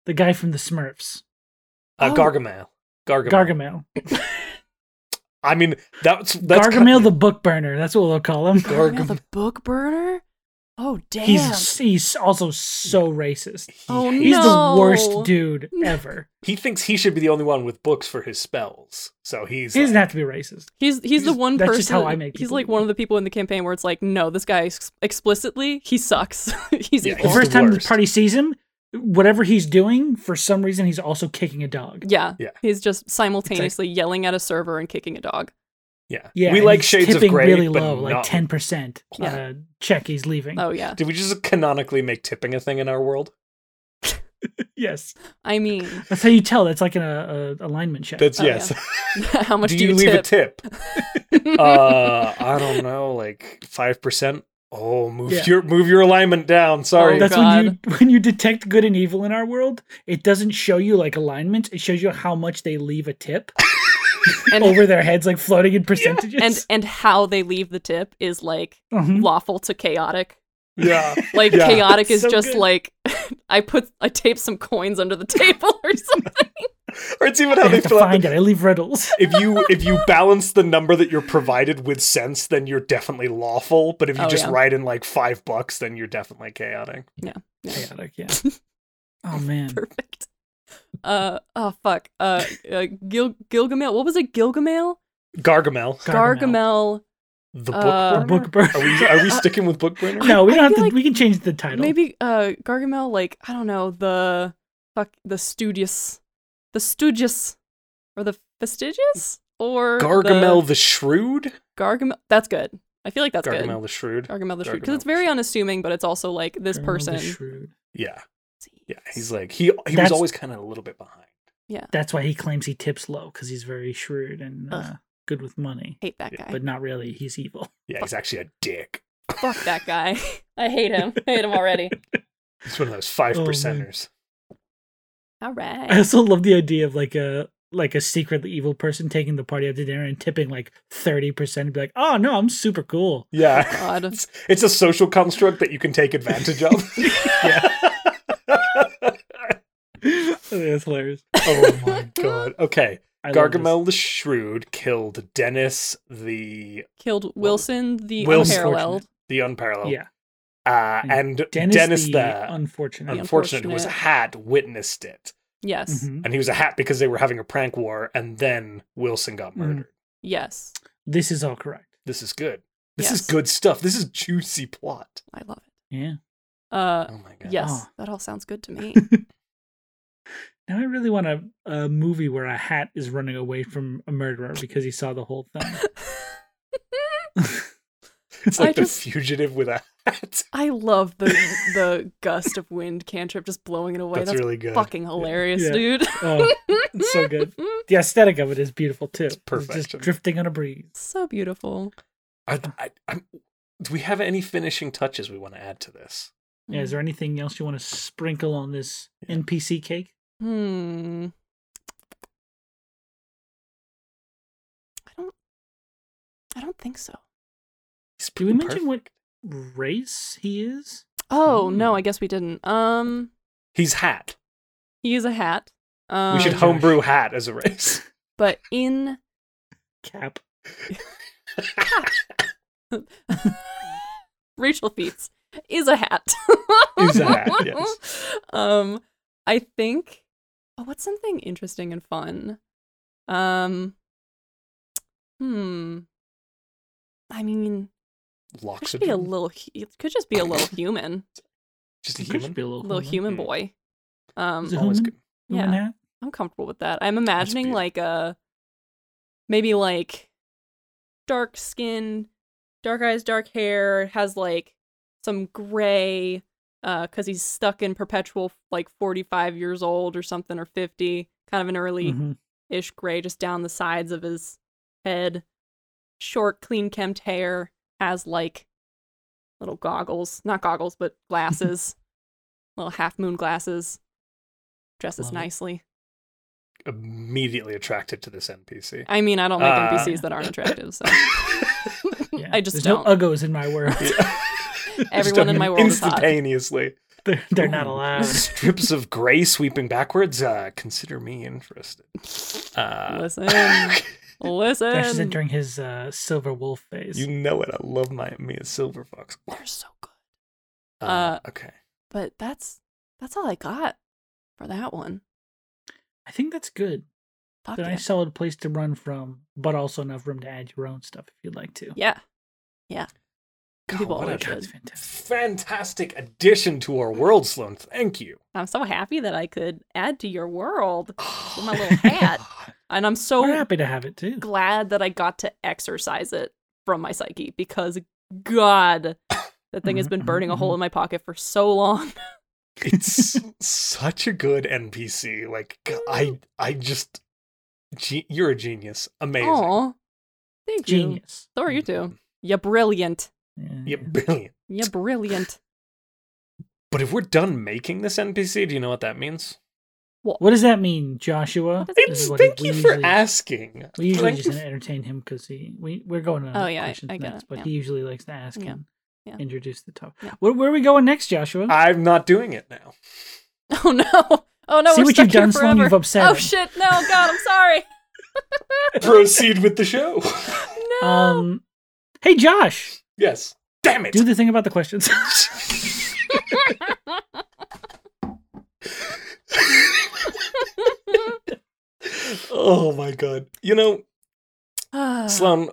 B: the guy from the Smurfs?
A: uh,
C: Oh.
A: Gargamel. Gargamel.
B: Gargamel.
A: I mean, that's that's
B: Gargamel the book burner. That's what we'll call him.
C: Gargamel
A: Gargamel.
C: the book burner? Oh damn.
B: He's he's also so racist.
A: He
C: Oh,
A: hates-
B: He's
C: No.
B: the worst
C: <laughs>
B: dude ever.
A: He thinks he should be the only one with books for his spells. So he's.
B: He doesn't
A: like-
B: have to be racist.
C: He's he's the
B: He's-
C: one person.
B: that's just how I make
C: he's
B: people
C: like
B: do
C: one
B: it.
C: of the people in the campaign where it's like, no, this guy ex- explicitly he sucks. <laughs> he's
A: Yeah,
B: The
C: evil.
A: He's
B: first
A: the
B: time the
A: worst.
B: party sees him, whatever he's doing, for some reason he's also kicking a dog.
C: yeah,
A: Yeah.
C: He's just simultaneously yelling at a server and kicking a dog.
A: yeah.
B: Yeah,
A: we
B: and
A: like
B: he's
A: Shades of
B: tipping
A: Grey,
B: really
A: but
B: low, like
A: not-
B: ten percent.
C: Yeah.
B: Uh, check he's leaving.
C: Oh yeah.
A: Did we just canonically make tipping a thing in our world?
B: <laughs> Yes,
C: I mean, <laughs>
B: that's how you tell. That's like an uh, uh, alignment check.
A: That's
C: Oh,
A: yes. <laughs>
C: how much do,
A: do you leave a tip?
C: tip? <laughs>
A: uh I don't know, like five percent. Oh, move
B: Yeah.
A: your move your alignment down. Sorry.
C: Oh,
B: that's when you <laughs> when you detect good and evil in our world. It doesn't show you like alignments. It shows you how much they leave a tip
C: <laughs> And-
B: <laughs> over their heads, like floating in percentages.
C: and and how they leave the tip is like
B: <laughs> Mhm.
C: lawful to chaotic. <laughs>
A: yeah.
C: Like
A: Yeah.
C: chaotic is
B: So
C: just
B: good.
C: like <laughs> I put I tape some coins under the <laughs> table or something.
A: Or it's even
B: I
A: how they
B: have to
A: fill out
B: find
A: the-
B: it. I leave riddles.
A: <laughs> if you if you balance the number that you're provided with sense, then you're definitely lawful. But if you
C: Oh,
A: just
C: yeah.
A: write in like five bucks, then you're definitely chaotic.
B: Chaotic, yeah. <laughs> Oh man,
C: <laughs> Perfect. Uh oh fuck. Uh, uh Gil- Gilgamel. What was it? Gilgamel.
A: Gargamel,
C: Gargamel.
A: the book.
C: Uh,
B: The
A: burner?
B: book burn.
A: Are we
B: <laughs>
C: <laughs>
A: are we sticking with book burner?
B: No, we
C: I
B: don't have
C: feel
B: to.
C: like
B: we can change the title.
C: Maybe uh Gargamel like I don't know the fuck the studious the studious or the fastidious or
A: Gargamel
C: the,
A: the Shrewd.
C: Gargamel that's good. I feel like that's
A: Gargamel
C: good.
A: the Shrewd.
C: Gargamel the Shrewd
A: Gargamel
C: because it's
A: the
C: very
A: Shrewd.
C: unassuming but it's also like this
B: Girl, the
C: person
B: Shrewd.
A: Yeah, yeah. He's like he he was
B: That's-
A: always kind of a little bit behind.
B: That's why he claims he tips low because he's very shrewd and
C: Ugh.
B: uh, good with money,
C: hate that
A: Yeah,
C: guy.
B: but not really. He's evil. <laughs>
A: Yeah, he's actually a dick.
C: fuck that
A: <laughs>
C: guy. <laughs> I hate him. I hate him already.
B: Oh <laughs>
A: He's one of those five percenters.
B: I
C: All right.
B: also love the idea of like a like a secretly evil person taking the party out to dinner and tipping like 30% and be like, oh no, I'm super cool. <laughs>
A: Yeah.
C: God.
A: It's, it's a social construct that you can take advantage of.
B: <laughs>
A: <laughs>
B: That's hilarious.
A: oh my god. Okay.
B: I love this.
A: Gargamel the Shrewd killed Dennis the
C: Killed Wilson the
A: Wilson.
C: unparalleled.
A: the unparalleled.
B: Yeah.
A: Uh, and Dennis,
B: the,
A: the
B: unfortunate.
A: unfortunate, who was a
C: unfortunate.
A: hat witnessed it.
C: Yes.
B: Mhm.
A: And he was a hat because they were having a prank war and then Wilson got
B: Mm.
A: murdered.
C: Yes.
B: This is all correct.
A: This is good. This is
C: Yes.
A: good stuff. This is juicy plot.
C: I love it.
B: Yeah.
C: Uh
A: Oh my god.
C: yes.
B: Oh.
C: That all sounds good to me. <laughs>
B: Now I really want a, a movie where a hat is running away from a murderer because he saw the whole thing.
A: It's
C: I
A: like the
C: just-
A: fugitive with <laughs> a hat.
C: I love the the gust of wind cantrip just blowing it away.
A: That's,
C: That's,
A: really good.
C: fucking hilarious,
B: Yeah.
C: dude.
B: Oh, it's
C: <laughs>
B: so good. The aesthetic of it is beautiful too. just
A: perfection.
B: drifting on a breeze.
C: so beautiful.
A: Are th- I, I'm, do we have any finishing touches we want to add to this?
B: Yeah,
C: Mm.
B: is there anything else you want to sprinkle on this NPC cake?
C: Hmm. I don't. I don't think so.
A: He's
B: Did we
A: pretty perf-
B: mention what race he is?
C: Oh no,
A: Hmm.
C: I guess we didn't. Um,
A: He's hat.
C: he is a hat. Um,
A: we should
B: gosh.
A: homebrew hat as a
C: <laughs>
A: race.
C: But in
B: Cap.
C: <laughs> Rachel Feats is a hat.
A: Is a
C: <laughs>
A: hat, yes.
C: Um, I think. Oh, what's something interesting and fun? Um. Hmm. I mean, it
A: Locks
C: should be a little. hu- It could just be
A: <coughs>
C: a little human,
A: just a
B: He could
A: human.
B: just be a little,
C: little human
A: Hmm.
C: boy. Um,
B: Is it
A: Always
B: human?
A: good.
B: Human
C: Yeah.
B: hat?
C: I'm comfortable with that. I'm imagining
A: beautiful.
C: like a maybe like dark skin, dark eyes, dark hair, has like some gray uh cuz he's stuck in perpetual like 45 years old or something or 50, kind of an early <laughs>
B: Mhm.
C: ish gray just down the sides of his head. Short, clean kempt hair, has like little goggles, not
B: <laughs>
C: goggles, but glasses, little half moon glasses. Dresses
B: Love it.
C: nicely.
A: Immediately attracted to this <laughs> NPC.
C: I mean, I don't like
A: Uh,
C: NPCs that aren't
A: <laughs>
C: attractive, so
B: Yeah.
C: I just
B: There's
C: don't.
B: no uggos in my world.
C: <laughs> Everyone in my world is hot.
A: instantaneously.
B: They're, they're not
A: Ooh.
C: <laughs>
A: <laughs>
B: allowed.
A: Strips of gray sweeping backwards. Uh, consider me interested. Uh,
C: listen,
A: <laughs>
B: Dash is
C: listen.
B: entering his uh, silver wolf phase.
A: you know it. I love my me a silver fox.
C: They're so good,
A: Uh,
C: Uh,
A: okay.
C: but that's that's all I got for that one.
B: I think that's good.
C: Fuck
B: It's a
C: yeah.
B: nice solid place to run from, but also enough room to add your own stuff if you'd like to.
C: yeah, yeah.
A: God,
C: People
A: what a
C: always should.
B: That's fantastic.
A: fantastic addition to our world, Sloan. Thank you.
C: I'm so happy that I could add to your world with
A: <sighs>
B: <laughs>
C: my little hat, and I'm
B: We're
C: so
B: happy to have it too.
C: glad that I got to exercise it from my psyche because God, that thing has
B: Mhm,
C: been
B: mhm,
C: burning a
B: <laughs>
C: hole
B: mhm.
C: in my pocket for so long.
A: it's such a good NPC. Like g- I, I just, ge- you're a genius. Amazing.
C: Aw, thank you.
B: Genius.
C: So are you two. You're brilliant.
B: Yeah.
A: You're brilliant.
C: You're brilliant. <laughs>
A: But if we're done making this NPC, do you know what that means?
B: What does that mean, Joshua?
C: What does
B: This
A: It's,
B: is what
A: thank
B: we
A: you for
B: usually-
A: asking.
B: We usually
A: Thank
B: just
A: you
B: entertain him because he we we're going on
C: Oh, yeah, I-
B: questions
C: I get
B: next,
C: it,
B: but
C: yeah.
B: he usually likes to ask
C: Yeah,
B: and
C: yeah.
B: introduce the topic.
C: Yeah.
B: Where, where are we going next, Joshua?
A: for- I'm not doing it now.
C: Oh no! Oh no!
B: See
C: we're
B: what
C: stuck
B: you've
C: here
B: done, Sloan.
C: forever.
B: You've upset
C: Oh
B: him.
C: shit! No, God, I'm
B: <sighs>
C: sorry. <sighs>
A: Proceed with the show. <laughs>
C: No.
B: Um, hey, Josh,
A: yes. Damn it.
B: do the thing about the questions. <laughs>
A: oh my god. You know,
C: Ah.
A: Sloan,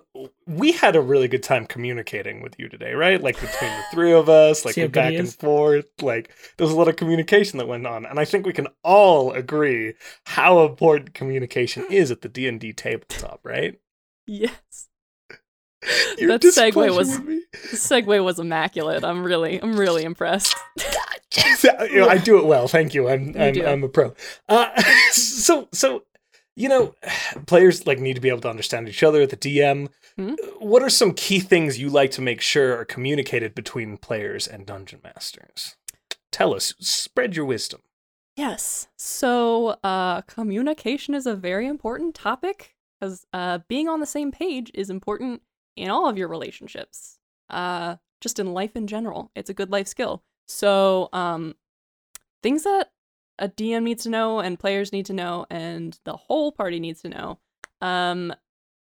A: we had a really good time communicating with you today, right? Like between the three of us, like we
B: See how good
A: back
B: he
A: and
B: is?
A: forth. Like there was a lot of communication that went on, and I think we can all agree how important communication is at the D and D tabletop, right?
C: yes.
A: Your
C: That segue
A: displeasure
C: was-
A: with me-
C: The segue was immaculate. I'm really, I'm really impressed. <laughs>
A: <laughs> You know, I do it well, thank you. I'm
C: You
A: I'm,
C: do.
A: I'm a pro. Uh, <laughs> so so you know, <sighs> players like need to be able to understand each other. The DM.
C: Mhm.
A: What are some key things you like to make sure are communicated between players and dungeon masters? Tell us. Spread your wisdom.
C: Yes. So, uh, communication is a very important topic because uh, being on the same page is important in all of your relationships, uh, just in life in general. It's a good life skill. So, um, things that a DM needs to know, and players need to know, and the whole party needs to know. Um,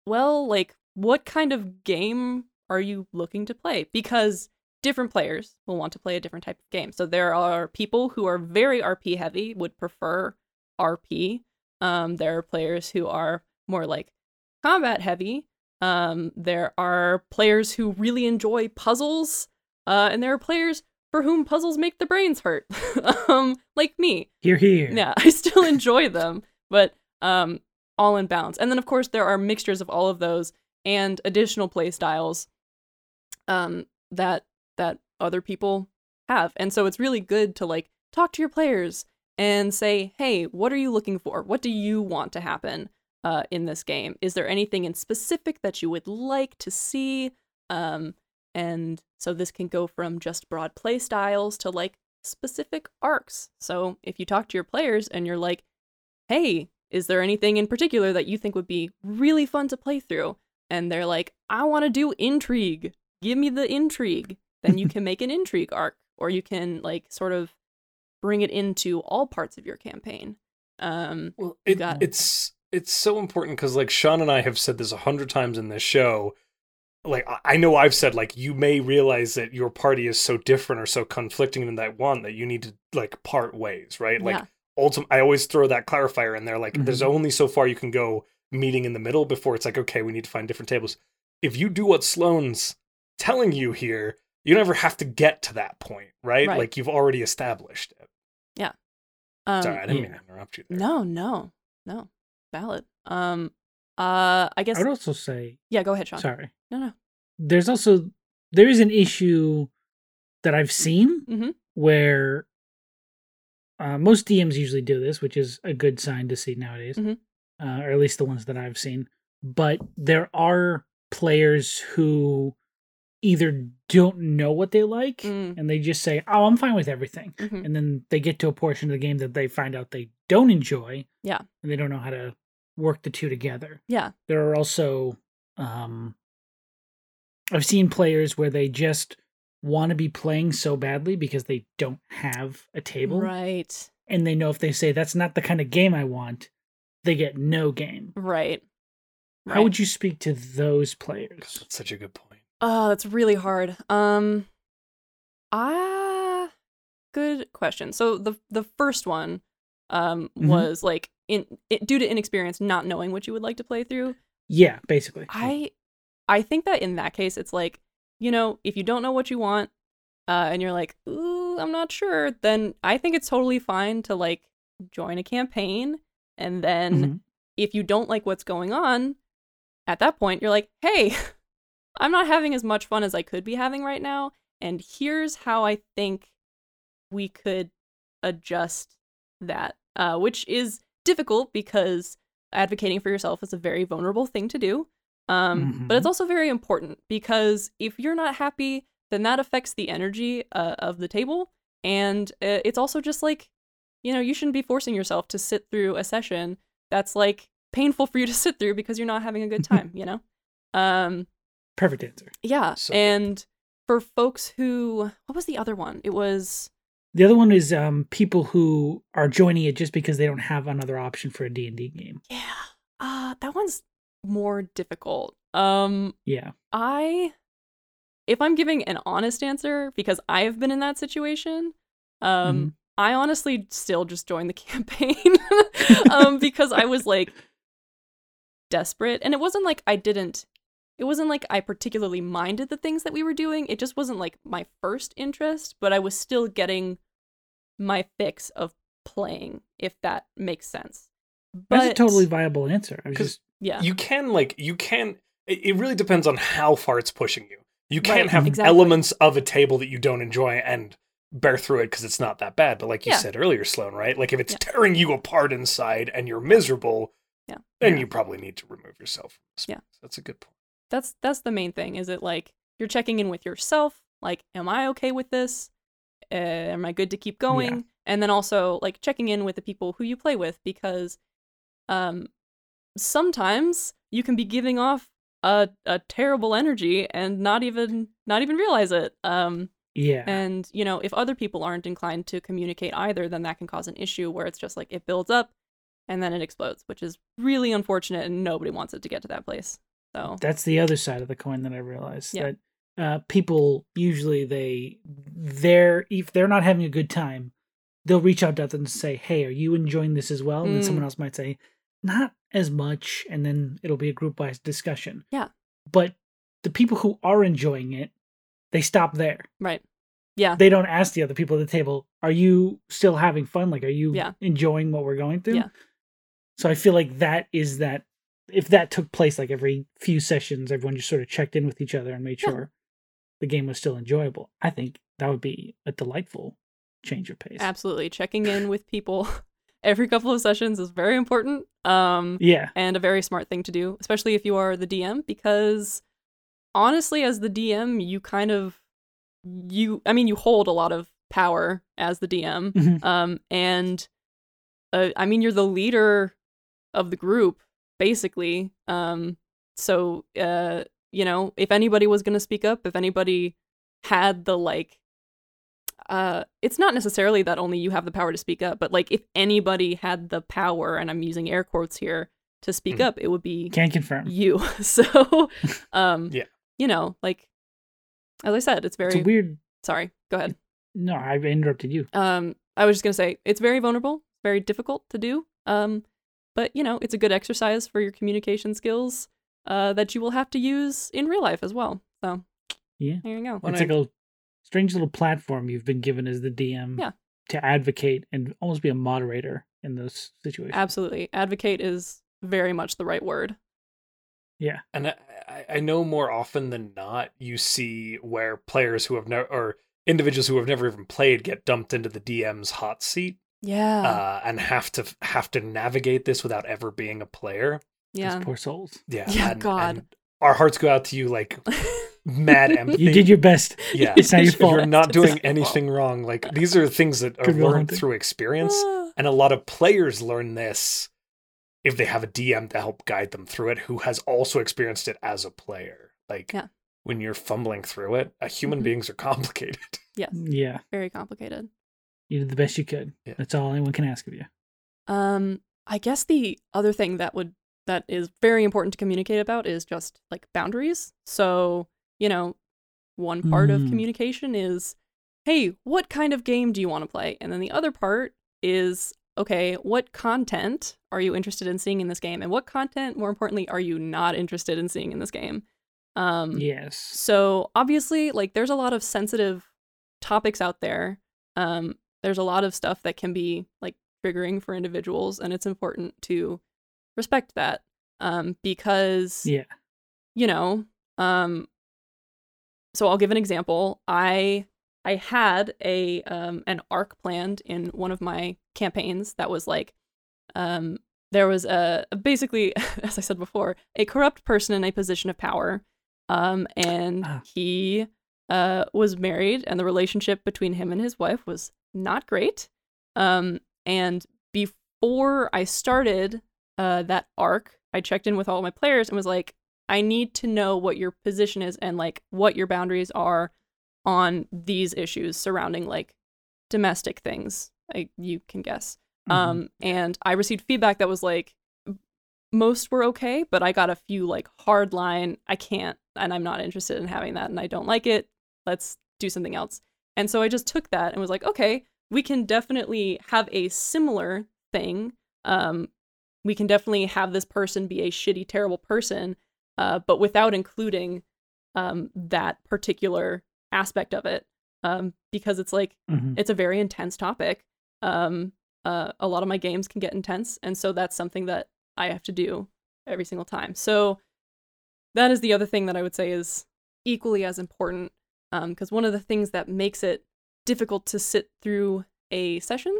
C: well, like, what kind of game are you looking to play? Because different players will want to play a different type of game. So there are people who are very RP heavy would prefer RP. Um, there are players who are more like combat heavy. Um, there are players who really enjoy puzzles, uh, and there are players for whom puzzles make the brains hurt, <laughs> um, like me.
B: Here, here.
C: Yeah, <laughs> I still enjoy them, but um, all in balance. And then, of course, there are mixtures of all of those and additional play styles um, that that other people have. And so it's really good to like talk to your players and say, "Hey, what are you looking for? What do you want to happen uh, in this game? Is there anything in specific that you would like to see?" Um, and so this can go from just broad play styles to like specific arcs. So if you talk to your players and you're like, hey, is there anything in particular that you think would be really fun to play through? And they're like, I want to do intrigue. Give me the intrigue. Then
B: <laughs>
C: you can make an intrigue arc, or you can like sort of bring it into all parts of your campaign. Um,
A: Well, it,
C: got it.
A: it's it's so important because like Sean and I have said this a hundred times in this show. Like I- I know I've said like you may realize that your party is so different or so conflicting in that one that you need to like part ways, right? Like
C: yeah,
A: ultimately, I always throw that clarifier in there. Like
B: Mhm.
A: there's only so far you can go meeting in the middle before it's like okay, we need to find different tables. If you do what Sloane's telling you here, you never have to get to that point, right?
C: Right.
A: Like you've already established it.
C: um,
A: Sorry, I didn't mean
B: yeah.
A: to interrupt you. There.
C: no, no, no, valid. Um, uh, I guess
B: I would also say,
C: yeah. Go ahead, Sean.
B: sorry.
C: No, no,
B: There's also there is an issue that I've seen
C: Mhm.
B: where uh, most DMs usually do this, which is a good sign to see nowadays,
C: Mhm.
B: uh, or at least the ones that I've seen. But there are players who either don't know what they like
C: Mm.
B: and they just say, "Oh, I'm fine with everything,"
C: Mhm.
B: and then they get to a portion of the game that they find out they don't enjoy.
C: Yeah.
B: and they don't know how to work the two together
C: yeah,
B: there are also um i've seen players where they just want to be playing so badly because they don't have a table
C: right,
B: and they know if they say that's not the kind of game i want they get no game
C: right.
B: how would you speak to those players
A: That's such a good point.
C: Oh, that's really hard. Um Ah good question. So the the first one um
B: Mhm.
C: was like in it, due to inexperience not knowing what you would like to play through.
B: yeah basically
C: I I think that in that case it's like, you know, if you don't know what you want uh and you're like, "Ooh, I'm not sure," then I think it's totally fine to like join a campaign and then
B: Mhm.
C: if you don't like what's going on, at that point, you're like, hey, I'm not having as much fun as I could be having right now. And here's how I think we could adjust that, uh, which is difficult because advocating for yourself is a very vulnerable thing to do. Um, But it's also very important because if you're not happy, then that affects the energy uh, of the table. And uh, it's also just like, you know, you shouldn't be forcing yourself to sit through a session that's like painful for you to <laughs> sit through because you're not having a good time, you know? Um
B: perfect answer
C: yeah.
A: So good.
C: and for folks who what was the other one? It was
B: the other one is um people who are joining it just because they don't have another option for a d&d game
C: yeah. Uh that one's more difficult. Um
B: yeah
C: I if I'm giving an honest answer because I have been in that situation, um
B: Mhm.
C: I honestly still just joined the <laughs> campaign um, because I was like desperate. And it wasn't like I didn't, it wasn't like I particularly minded the things that we were doing. It just wasn't like my first interest, but I was still getting my fix of playing, if that makes sense. But
B: that's a totally viable answer i was
A: 'Cause-
B: just
C: yeah.
A: you can like you can it it really depends on how far it's pushing you you can
C: Right,
A: have
C: exactly.
A: elements of a table that you don't enjoy and bear through it because it's not that bad but like you
C: Yeah.
A: said earlier sloan right like if it's
C: Yeah.
A: tearing you apart inside and you're miserable
C: Yeah.
A: then
B: Yeah.
A: you probably need to remove yourself from the space.
C: Yeah.
A: that's a good point
C: that's that's the main thing is it like you're checking in with yourself like am i okay with this uh, am i Eh, good to keep going and then also like checking in with the people who you play with because um sometimes you can be giving off a, a terrible energy and not even not even realize it um
B: Yeah.
C: and you know if other people aren't inclined to communicate either then that can cause an issue where it's just like it builds up and then it explodes which is really unfortunate and nobody wants it to get to that place so
B: that's the other side of the coin that I realized
C: Yeah.
B: that uh, people usually they they're if they're not having a good time, they'll reach out to them and say, "Hey, are you enjoying this as well?" And then
C: Mm.
B: someone else might say, "Not as much," and then it'll be a group wise discussion.
C: Yeah.
B: but the people who are enjoying it, they stop there.
C: right yeah
B: They don't ask the other people at the table, "Are you still having fun? Like, are you
C: Yeah.
B: enjoying what we're going through?"
C: Yeah.
B: So I feel like that is that. If that took place like every few sessions, everyone just sort of checked in with each other and made
C: Yeah.
B: sure the game was still enjoyable. I think that would be a delightful change of pace.
C: Absolutely. Checking in with people <laughs> every couple of sessions is very important um,
B: Yeah,
C: and a very smart thing to do, especially if you are the DM, because honestly, as the DM, you kind of, you, I mean, you hold a lot of power as the DM.
B: Mhm.
C: Um, and uh, I mean, you're the leader of the group, basically. Um, so, uh, you know, if anybody was going to speak up, if anybody had the like, uh, it's not necessarily that only you have the power to speak up, but like if anybody had the power, and I'm using air quotes here, to speak
A: Mhm.
C: up, it would be
B: can confirm.
C: you. <laughs> so, um,
A: Yeah.
C: you know, like, as I said, it's very,
B: It's a weird.
C: sorry,
B: <laughs>
C: go ahead
B: No, I interrupted you.
C: um i was just going to say it's very vulnerable very difficult to do um but you know it's a good exercise for your communication skills uh that you will have to use in real life as well so
B: Yeah.
C: there you go
A: When
B: it's
A: I-
B: like a strange little platform you've been given as the DM
C: Yeah.
B: to advocate and almost be a moderator in those situations.
C: absolutely advocate is very much the right word
B: yeah,
A: And I, I- I know more often than not, you see where players who have never, or individuals who have never even played, get dumped into the DM's hot seat
C: yeah
A: uh, and have to have to navigate this without ever being a player.
C: yeah
B: Those
C: <laughs>
B: poor souls.
A: Yeah.
C: Yeah,
A: and-
C: God.
A: and our hearts go out to you like mad empathy.
B: <laughs> You did your <laughs> best.
A: yeah.
B: It's not your
A: If you're
B: fault.
A: not
C: It's
A: doing
C: your fault.
A: anything wrong, like these are things that are
B: Good will
A: learned
B: hunting.
A: through experience.
C: Ah.
A: And a lot of players learn this if they have a DM to help guide them through it who has also experienced it as a player. Like
C: Yeah.
A: when you're fumbling through it, uh, human
B: Mm-hmm.
C: Mhm.
A: beings are <laughs> complicated.
C: yes
B: Yeah,
C: very complicated
B: you did the best you could.
A: Yeah.
B: That's all anyone can ask of you.
C: Um, I guess the other thing that would that is very important to communicate about is just like boundaries. So, you know, one part of
B: Mm.
C: communication is, hey, what kind of game do you want to play? And then the other part is, okay, what content are you interested in seeing in this game? And what content, more importantly, are you not interested in seeing in this game? Um,
B: Yes.
C: so obviously, like there's a lot of sensitive topics out there. Um, there's a lot of stuff that can be like triggering for individuals, and it's important to respect that um, because
B: Yeah.
C: you know. Um, so I'll give an example. I I had a um, an arc planned in one of my campaigns that was like um, there was a basically <laughs> as I said before a corrupt person in a position of power, um, and
B: Ah.
C: he uh, was married, and the relationship between him and his wife was not great. Um, and before I started uh, that arc, I checked in with all my players and was like, I need to know what your position is and like what your boundaries are on these issues surrounding like domestic things. I, you can guess.
B: Mm-hmm.
C: Um, and I received feedback that was like most were okay, but I got a few like hard line. I can't, and I'm not interested in having that, and I don't like it. Let's do something else. And so I just took that and was like, okay, we can definitely have a similar thing. Um, we can definitely have this person be a shitty, terrible person, uh, but without including um, that particular aspect of it, um, because it's like
B: Mhm. Mhm.
C: it's a very intense topic. Um, uh, a lot of my games can get intense, and so that's something that I have to do every single time. So that is the other thing that I would say is equally as important, because one of the things that makes it difficult to sit through a session,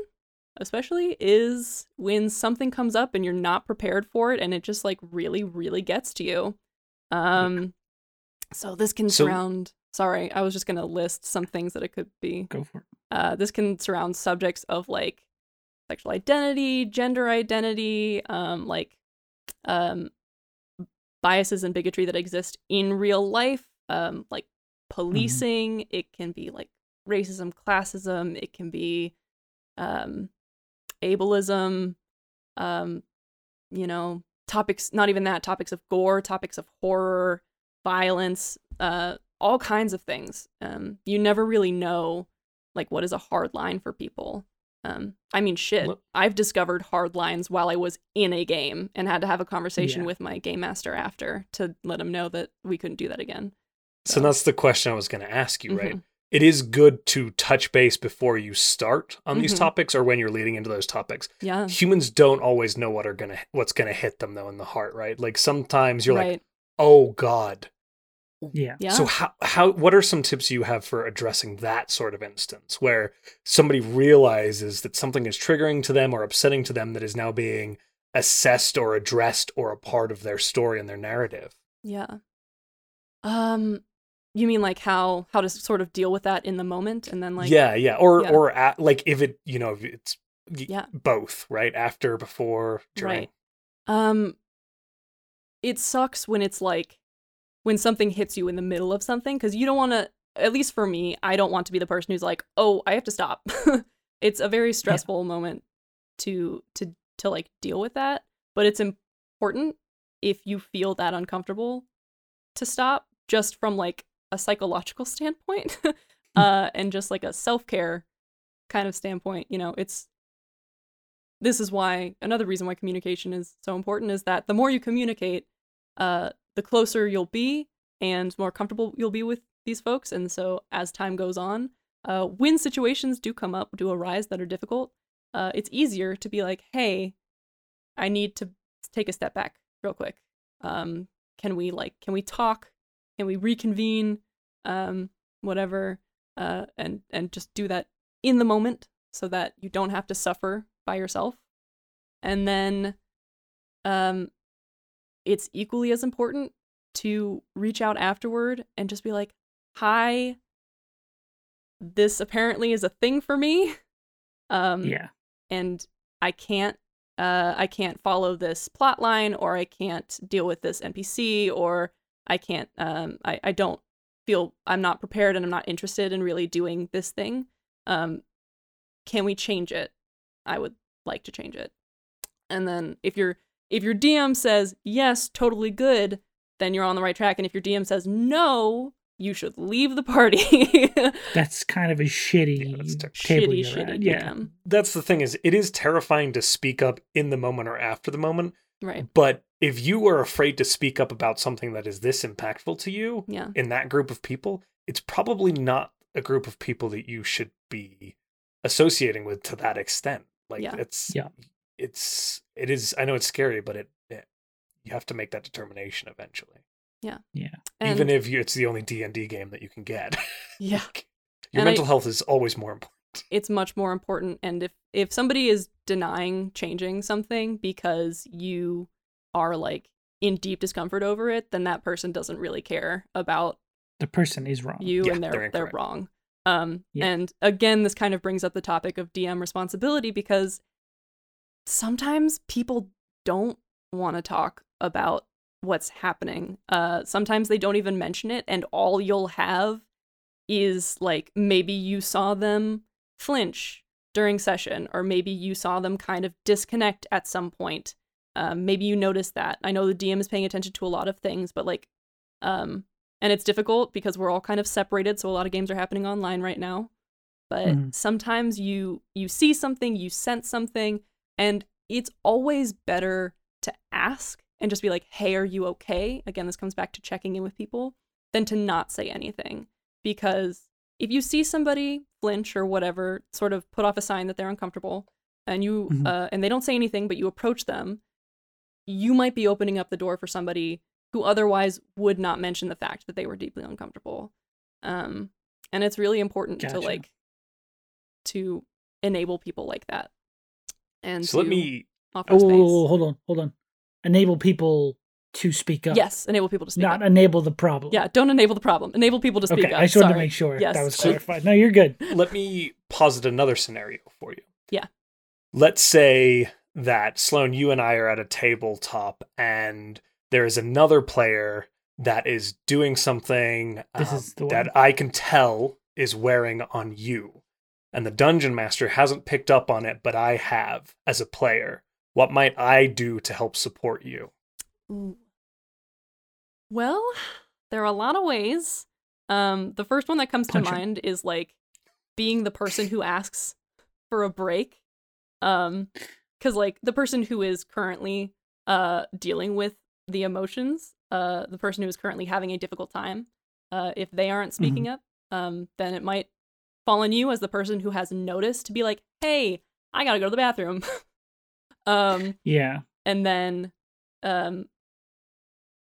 C: especially, is when something comes up and you're not prepared for it, and it just like really, really gets to you. Um, so this can
A: So-
C: surround Sorry, I was just gonna list some things that it could be.
B: Go for it.
C: Uh, this can surround subjects of like sexual identity, gender identity, um, like um, biases and bigotry that exist in real life, um, like policing. It can be like racism, classism. It can be um, ableism. Um, you know, topics. Not even that. Topics of gore, topics of horror, violence. Uh, all kinds of things. Um, you never really know, like, what is a hard line for people. Um, I mean, shit.
A: Well-
C: I've discovered hard lines while I was in a game and had to have a conversation
B: Yeah.
C: with my game master after to let him know that we couldn't do that again.
A: So that's the question I was going to ask you, right?
C: Mhm.
B: Mm-hmm.
A: It is good to touch base before you start on these
B: Mm-hmm.
C: Mhm.
A: topics or when you're leading into those topics.
C: Yeah.
A: <laughs> Humans don't always know what are going to what's going to hit them though in the heart, right? Like sometimes you're
C: right.
A: like, "Oh god."
B: Yeah.
C: yeah.
A: So how how what are some tips you have for addressing that sort of instance where somebody realizes that something is triggering to them or upsetting to them that is now being assessed or addressed or a part of their story and their narrative?
C: yeah. Um you mean like how how to sort of deal with that in the moment and then like
A: yeah yeah or
C: yeah.
A: or at, like if it you know if it's y-
C: Yeah.
A: both right after before during
C: Right. um it sucks when it's like when something hits you in the middle of something cuz you don't want to at least for me I don't want to be the person who's like oh I have to stop <laughs> it's a very stressful moment to to to like deal with that but it's important if you feel that uncomfortable to stop just from like a psychological <laughs> standpoint uh and just like a self-care kind of standpoint you know it's this is why another reason why communication is so important is that the more you communicate uh the closer you'll be and more comfortable you'll be with these folks and so as time goes on uh when situations do come up do arise that are difficult uh it's easier to be like hey i need to take a step back real quick um can we like can we talk can we reconvene um whatever uh and and just do that in the moment so that you don't have to suffer by yourself and then um it's equally as important to reach out afterward and just be like hi this apparently is a thing for me um
B: Yeah.
C: and I can't uh I can't follow this plot line or I can't deal with this NPC or I can't um I, I don't feel I'm not prepared and I'm not interested in really doing this thing. Um can we change it? I would like to change it. And then if your if your DM says yes, totally good, then you're on the right track. And if your DM says no, you should leave the party. <laughs>
B: That's kind of a shitty
A: Yeah, that's tough.
B: table
C: shitty,
B: you're
C: shitty
B: at.
C: DM.
B: Yeah.
A: that's the thing is it is terrifying to speak up in the moment or after the moment
C: Right.
A: but if you are afraid to speak up about something that is this impactful to you
C: Yeah.
A: in that group of people it's probably not a group of people that you should be associating with to that extent like
C: Yeah.
A: it's
B: Yeah.
A: it's it is i know it's scary but it, it you have to make that determination eventually
C: And
A: even if you, it's the only D&D game that you can get. <laughs>
C: yeah.
A: Your
C: And
A: mental
C: I-
A: health is always more important.
C: it's much more important and if if somebody is denying changing something because you are like in deep discomfort over it then that person doesn't really care about
B: The person is wrong.
C: you
A: Yeah,
C: and they're
A: they're
C: they're,
A: incorrect.
C: wrong um
B: Yeah.
C: and again this kind of brings up the topic of dm responsibility because sometimes people don't want to talk about what's happening uh sometimes they don't even mention it and all you'll have is like maybe you saw them flinch during session, or maybe you saw them kind of disconnect at some point. Um, maybe you noticed that. I know the DM is paying attention to a lot of things, but like, um, and it's difficult because we're all kind of separated, so a lot of games are happening online right now. But
B: Mhm.
C: sometimes you you see something, you sense something, and it's always better to ask and just be like, "Hey, are you okay?" Again, this comes back to checking in with people, than to not say anything because if you see somebody flinch or whatever, sort of put off a sign that they're uncomfortable, and you
B: Mhm.
C: uh, and they don't say anything, but you approach them, you might be opening up the door for somebody who otherwise would not mention the fact that they were deeply uncomfortable. Um, and it's really important
B: Gotcha.
C: to like to enable people like that, and
A: So let
C: to
A: me
C: offer
B: Oh,
C: space.
B: hold on, hold on. Enable people to speak up.
C: Yes, enable people to speak
B: not
C: up.
B: enable the problem.
C: Yeah, don't enable the problem. Enable people to speak
B: Okay,
C: up.
B: I just wanted to
C: Sorry.
B: make sure
C: Yes.
B: that was
A: So-
B: clarified. No, you're good.
A: Let me posit another scenario for you.
C: Yeah.
A: Let's say that Sloan, you and I are at a tabletop, and there is another player that is doing something um,
B: This is the one.
A: that I can tell is wearing on you. And the dungeon master hasn't picked up on it, but I have as a player. What might I do to help support you?
C: Ooh. Well, <sighs> there are a lot of ways. Um, the first one that comes
B: Punch
C: to
B: it.
C: mind is like being the person who asks for a break. Um, because like the person who is currently uh dealing with the emotions, uh, the person who is currently having a difficult time, uh, if they aren't speaking up, um, then it might fall on you as the person who has noticed to be like, hey, I gotta go to the bathroom. <laughs> um,
B: Yeah.
C: and then um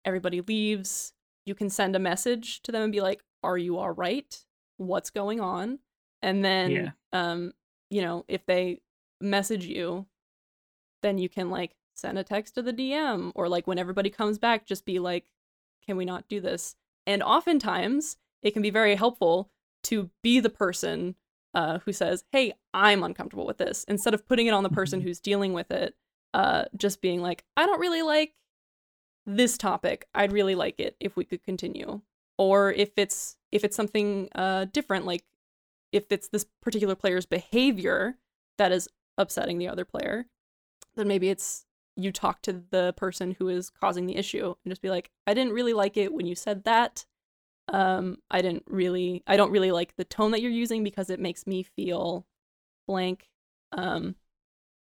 C: everybody leaves you can send a message to them and be like are you all right what's going on and then
B: Yeah.
C: um you know if they message you then you can like send a text to the dm or like when everybody comes back just be like can we not do this and oftentimes it can be very helpful to be the person uh, who says hey i'm uncomfortable with this instead of putting it on the person
B: Mhm.
C: who's dealing with it uh, just being like, I don't really like this topic. I'd really like it if we could continue, or if it's if it's something uh, different, like if it's this particular player's behavior that is upsetting the other player, then maybe it's you talk to the person who is causing the issue and just be like, I didn't really like it when you said that. Um, I didn't really, I don't really like the tone that you're using because it makes me feel blank. Um,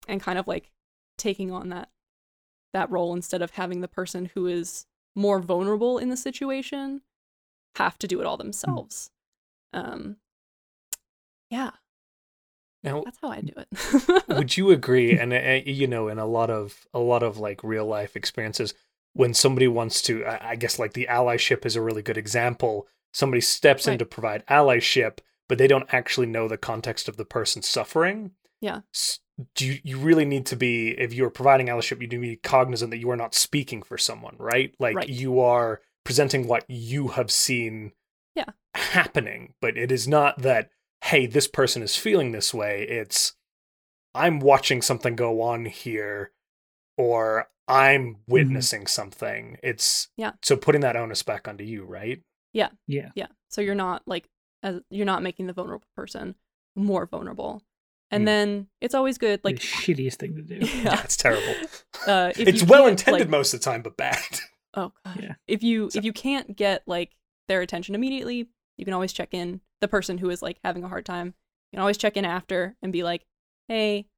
C: and kind of like taking on that that role instead of having the person who is more vulnerable in the situation have to do it all themselves. Um, yeah,
A: Now,
C: that's how I do it. <laughs>
A: would you agree and uh, you know in a lot of a lot of like real life experiences when somebody wants to i I guess like the allyship is a really good example somebody steps in
C: Right.
A: to provide allyship but they don't actually know the context of the person suffering
C: Yeah.
A: S- do you, you really need to be if you're providing allyship you do need to be cognizant that you are not speaking for someone right like
C: Right.
A: you are presenting what you have seen
C: Yeah.
A: happening but it is not that hey this person is feeling this way it's I'm watching something go on here or I'm witnessing something. It's
C: Mm-hmm. Yeah.
A: So putting that onus back onto you, right?
B: Yeah.
C: yeah, so you're not like as, you're not making the vulnerable person more vulnerable, and
A: Mm.
C: then it's always good
B: Like
C: like
B: the shittiest thing to
C: <laughs>
B: do.
C: yeah.
A: That's terrible.
C: Uh, <laughs> if
A: it's
C: you
A: well
C: can't,
A: intended
C: like-
A: most of the time, but bad. <laughs>
C: Oh god.
B: Yeah.
C: If you
A: So-
C: if you can't get like their attention immediately, you can always check in the person who is like having a hard time. You can always check in after and be like, "Hey,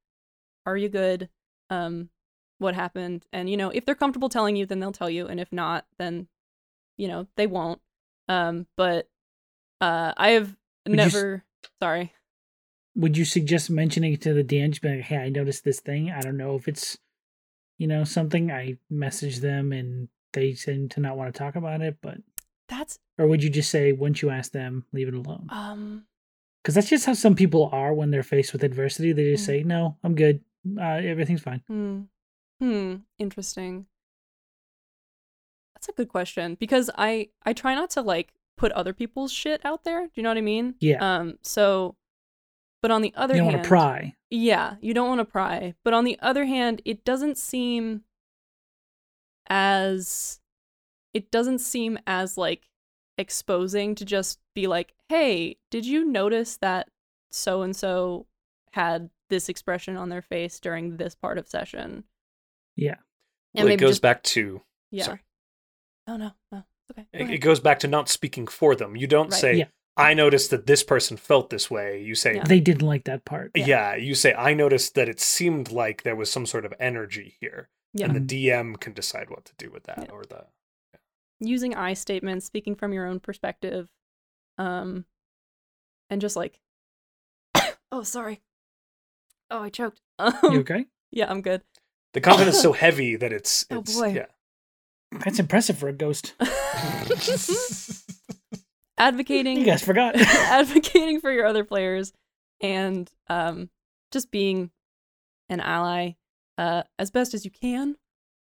C: are you good? Um what happened?" And you know, if they're comfortable telling you, then they'll tell you, and if not, then you know, they won't. Um but uh I have
B: Would you s-
C: never sorry.
B: Would you suggest mentioning it to the DM? Just be like, hey, I noticed this thing. I don't know if it's, you know, something. I messaged them and they seem to not want to talk about it. But
C: That's
B: or would you just say once you ask them, leave it alone?
C: um
B: Because that's just how some people are when they're faced with adversity. They just
C: Mm.
B: say, no, I'm good. Uh, everything's <laughs> fine.
C: Hmm. Hmm. Interesting. That's a good question because I I try not to like put other people's shit out there. Do you know what I mean?
B: Yeah.
C: Um. So, but on the other
B: You don't
C: hand,
B: want to pry.
C: yeah, you don't want to pry. But on the other hand, it doesn't seem as it doesn't seem as like exposing to just be like, "Hey, did you notice that so and so had this expression on their face during this part of session?"
B: Yeah.
A: Well,
C: And
A: it
C: maybe
A: goes
C: just-
A: back to
C: Yeah.
A: Sorry.
C: No, no, no. It's okay. Go
A: it, it
C: ahead.
A: goes back to not speaking for them. You don't
C: Right.
A: say
B: Yeah.
A: I noticed that this person felt this way. You say
C: Yeah.
B: They didn't like that part.
A: yeah. you say I noticed that it seemed like there was some sort of energy here.
C: Yeah. Mm-hmm.
A: And the DM can decide what to do with that
C: Yeah.
A: or the
C: Using I statements, speaking from your own perspective, um, and just like, <coughs> oh, sorry. Oh, I choked. <laughs>
B: You
C: Um,
B: okay?
C: yeah, I'm good. <laughs>
A: the content is so heavy that it's
C: Oh,
A: it's
C: boy.
A: yeah.
B: That's impressive for a ghost. You
C: Advocating,
B: guys
C: <laughs>
B: forgot. <laughs>
C: advocating for your other players, and um, just being an ally uh, as best as you can.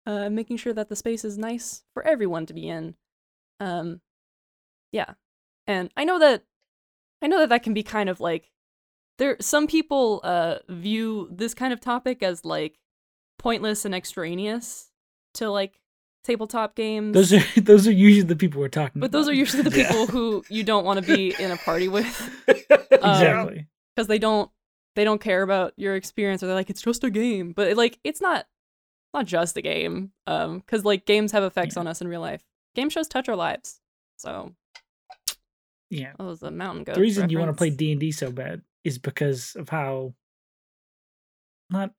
C: uh, making sure that the space is nice for everyone to be in. Um, yeah, and I know that I know that that can be kind of like there. Some people uh, view this kind of topic as like pointless and extraneous to like tabletop games.
B: Those are those are usually the people we're talking
C: but
B: about.
C: those are usually
B: <laughs>
C: the
A: Yeah.
C: people who you don't want to be in a party with
A: <laughs>
C: um,
B: exactly.
C: because they don't they don't care about your experience or they're like it's just a game but like it's not it's not just a game um because like games have effects
B: Yeah.
C: on us in real life game shows touch our lives so
B: yeah.
C: that was a mountain goat
B: The reason you want to play D and D so bad is because of how not.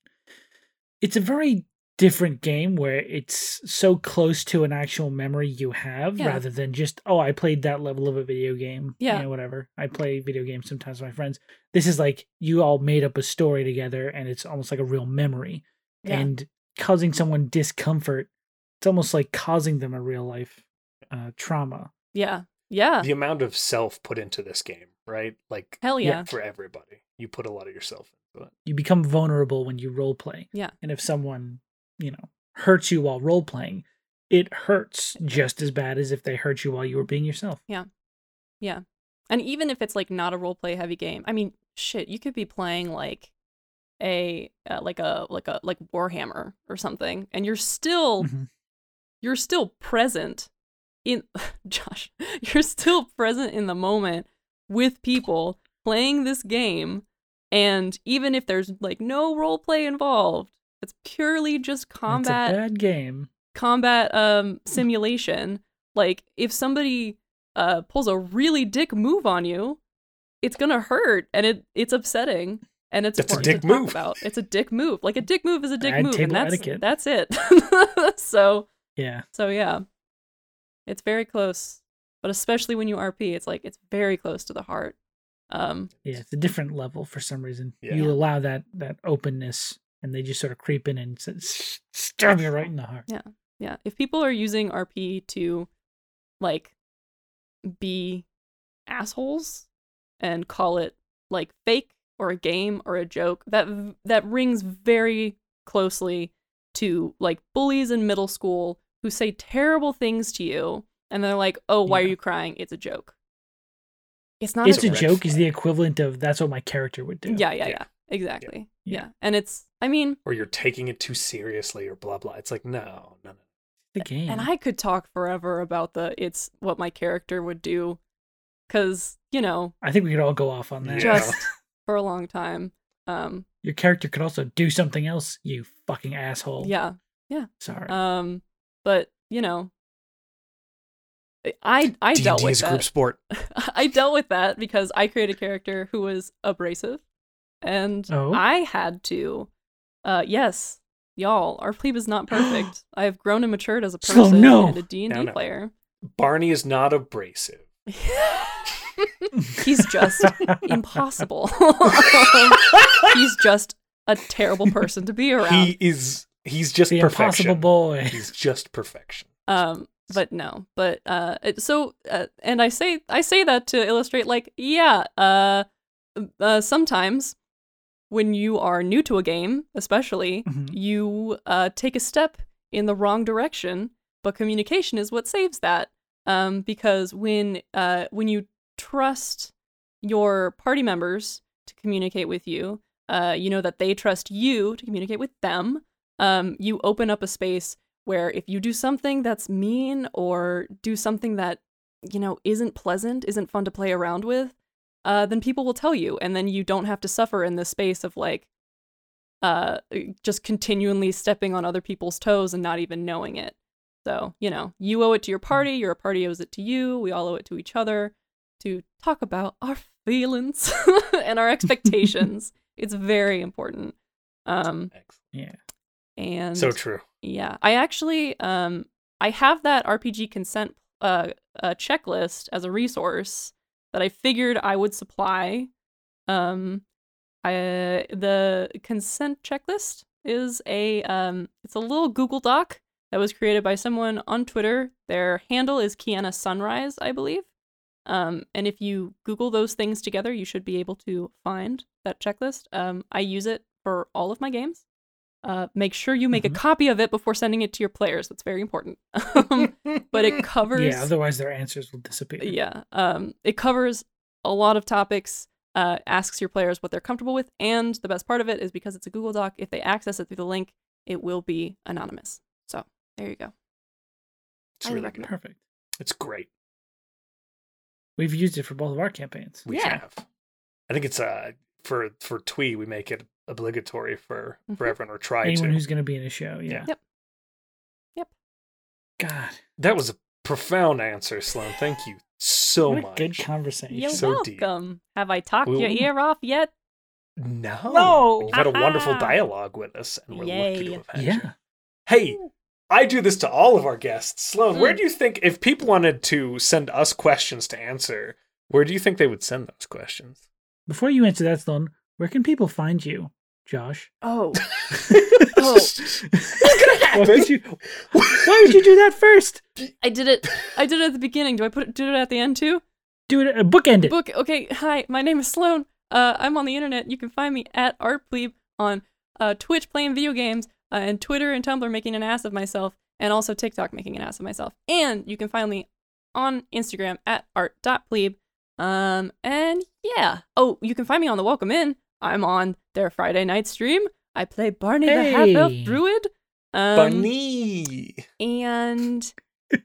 B: It's a very different game where it's so close to an actual memory you have
C: Yeah.
B: rather than just oh I played that level of a video game You
C: Yeah.
B: know, whatever I play video games sometimes with my friends this is like you all made up a story together and it's almost like a real memory
C: Yeah.
B: and causing someone discomfort it's almost like causing them a real life uh, trauma
C: yeah yeah
A: The amount of self put into this game, right? Like
C: hell yeah,
A: for everybody, you put a lot of yourself into it.
B: you become vulnerable when you role play.
C: Yeah.
B: And if someone, you know, hurts you while role playing, it hurts just as bad as if they hurt you while you were being yourself.
C: and even if it's like not a role play heavy game i mean shit you could be playing like a uh, like a like a like warhammer or something and you're still
B: Mhm.
C: you're still present in <laughs> Josh, you're still present in the moment with people playing this game and even if there's like no role play involved, it's purely just
B: That's
C: combat
B: a bad game.
C: combat um simulation like if somebody uh pulls a really dick move on you it's gonna hurt and it it's upsetting and it's
A: That's a
C: important
A: dick
C: to talk
A: move.
C: about it's a dick move like a dick move is a dick
B: Bad
C: move and
B: table
C: that's
B: etiquette.
C: that's it <laughs> so
B: Yeah.
C: so yeah it's very close but especially when you rp it's like it's very close to the heart um
B: Yeah. It's a different level for some reason.
A: Yeah.
B: You allow that that openness and they just sort of creep in and s- s- stab you right in the heart.
C: Yeah, if people are using RP to like be assholes and call it like fake or a game or a joke, that v- that rings very closely to like bullies in middle school who say terrible things to you and they're like, "Oh, why are
B: Yeah.
C: you crying? It's a joke." It's not
B: It's
A: a
B: a
A: red
B: joke is the
A: flag.
B: equivalent of that's what my character would do.
C: yeah, yeah,
A: Yeah.
C: yeah. Exactly.
B: Yeah.
C: Yeah. And it's I mean,
A: Or you're taking it too seriously, or blah blah. It's like no, no, no.
B: The game.
C: And I could talk forever about the it's what my character would do cuz, you know,
B: I think we could all go off on that.
A: Yeah.
C: just for a long time. Um
B: Your character could also do something else, you fucking asshole.
C: yeah.
B: Sorry.
C: Um but, you know, I I
A: D&D
C: dealt with
A: is a group
C: that.
A: sport.
C: <laughs> I dealt with that because I created a character who was abrasive and
B: Oh. <laughs>
C: I <laughs> had to uh yes, y'all, our plebe is not perfect. I have grown and matured as a
B: So
C: person
B: no.
C: and a D&D
A: No, no.
C: player.
A: Barney is not abrasive.
C: <laughs> He's just impossible. <laughs> He's just a terrible person to be around.
A: He is. He's just
B: the
A: perfection.
B: impossible boy. <laughs>
A: He's just perfection.
C: um, but no, but uh, it- so uh, and I say I say that to illustrate, like, yeah, uh, uh, sometimes when you are new to a game, especially,
B: Mhm.
C: you uh, take a step in the wrong direction. But communication is what saves that, um, because when uh, when you trust your party members to communicate with you, uh, you know that they trust you to communicate with them. Um, you open up a space where if you do something that's mean or do something that you know isn't pleasant, isn't fun to play around with, uh, then people will tell you, and then you don't have to suffer in this space of like uh, just continually stepping on other people's toes and not even knowing it. So you know, you owe it to your party. Your party owes it to you. We all owe it to each other to talk about our <laughs> feelings and our expectations. it's very important. Um,
A: Excellent.
C: and
A: So true.
C: yeah, I actually um I have that RPG consent uh, uh checklist as a resource that I figured I would supply. Um, I, the consent checklist is a um it's a little Google Doc that was created by someone on Twitter. Their handle is Kiana Sunrise, I believe. Um, and if you Google those things together, you should be able to find that checklist. Um, I use it for all of my games. Uh, make sure you make
B: Mhm.
C: a copy of it before sending it to your players. That's very important. <laughs> Um,
A: Mm-hmm.
C: but
A: <laughs>
C: it covers
B: Yeah, otherwise their answers will disappear.
C: yeah um it covers a lot of topics uh asks your players what they're comfortable with and the best part of it is because it's a google doc if they access it through the link it will be anonymous so there you go
A: It's
C: I
A: really
C: recommend-
A: good.
B: Perfect.
A: It's great.
B: We've used it for both of our campaigns.
A: We
C: Yeah.
A: have. I think it's uh for for Twee we make it obligatory for for
C: Mhm.
A: everyone or try
B: Mm-hmm. Anyone
A: to.
B: who's going to be in a show. Yeah.
A: Yeah.
C: Yep. Yep.
B: God.
A: That was a profound answer, Sloan. Thank you so
B: what a
A: much.
B: good conversation.
C: you're
A: So deep.
C: welcome have i talked
A: Ooh.
C: your ear off yet
A: no.
B: No. <laughs>
A: You've had a wonderful
C: Aha.
A: dialogue with us and we're lucky to
C: Yay.
A: have had you.
B: yeah.
A: Hey, I do this to all of our guests. Sloan, where
C: Mm.
A: do you think if people wanted to send us questions to answer, where do you think they would send those questions?
B: Before you answer that, Sloan, where can people find you,
A: <laughs>
B: Josh?
C: oh
B: Why would you, why would you do that first?
C: i did it i did it at the beginning do i put it do it at the end too
B: Do it, uh, bookend it.
C: book okay hi my name is sloan uh, i'm on the internet you can find me at artplebe on uh, twitch playing video games uh, and twitter and tumblr making an ass of myself and also tiktok making an ass of myself and you can find me on instagram at art.plebe um, and yeah oh you can find me on the welcome in i'm on their friday night stream i play barney the half-elf
B: Hey.
C: druid
A: <laughs>
C: um,
A: Bunny.
B: Um,
C: and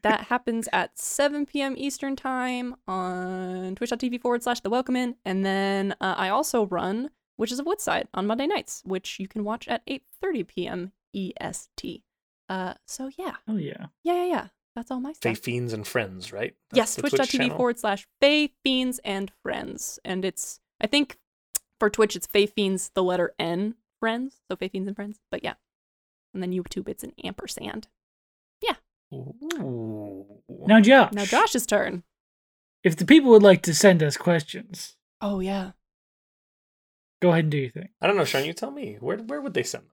C: that happens at 7 p.m. Eastern Time on twitch.tv forward slash the welcome in. And then uh, I also run Witches of Woodside on Monday nights, which you can watch at 8.30 p.m. EST. E Uh, so yeah,
B: Oh, yeah.
C: yeah, yeah, yeah. That's all my
A: Fey
C: stuff.
A: Fiends and Friends, right? That's
C: yes,
A: the
C: twitch.tv
A: channel?
C: forward slash Fae Fiends and Friends. And it's, I think for Twitch, it's Fae Fiends, the letter N, Friends. So Fae Fiends and Friends. But yeah. And then YouTube, it's an ampersand.
A: Ooh.
B: Now, Josh.
C: Now Josh's turn.
B: If the people would like to send us questions,
C: Oh, yeah.
B: go ahead and do your thing.
A: I don't know, Sean. You tell me. Where where would they send them?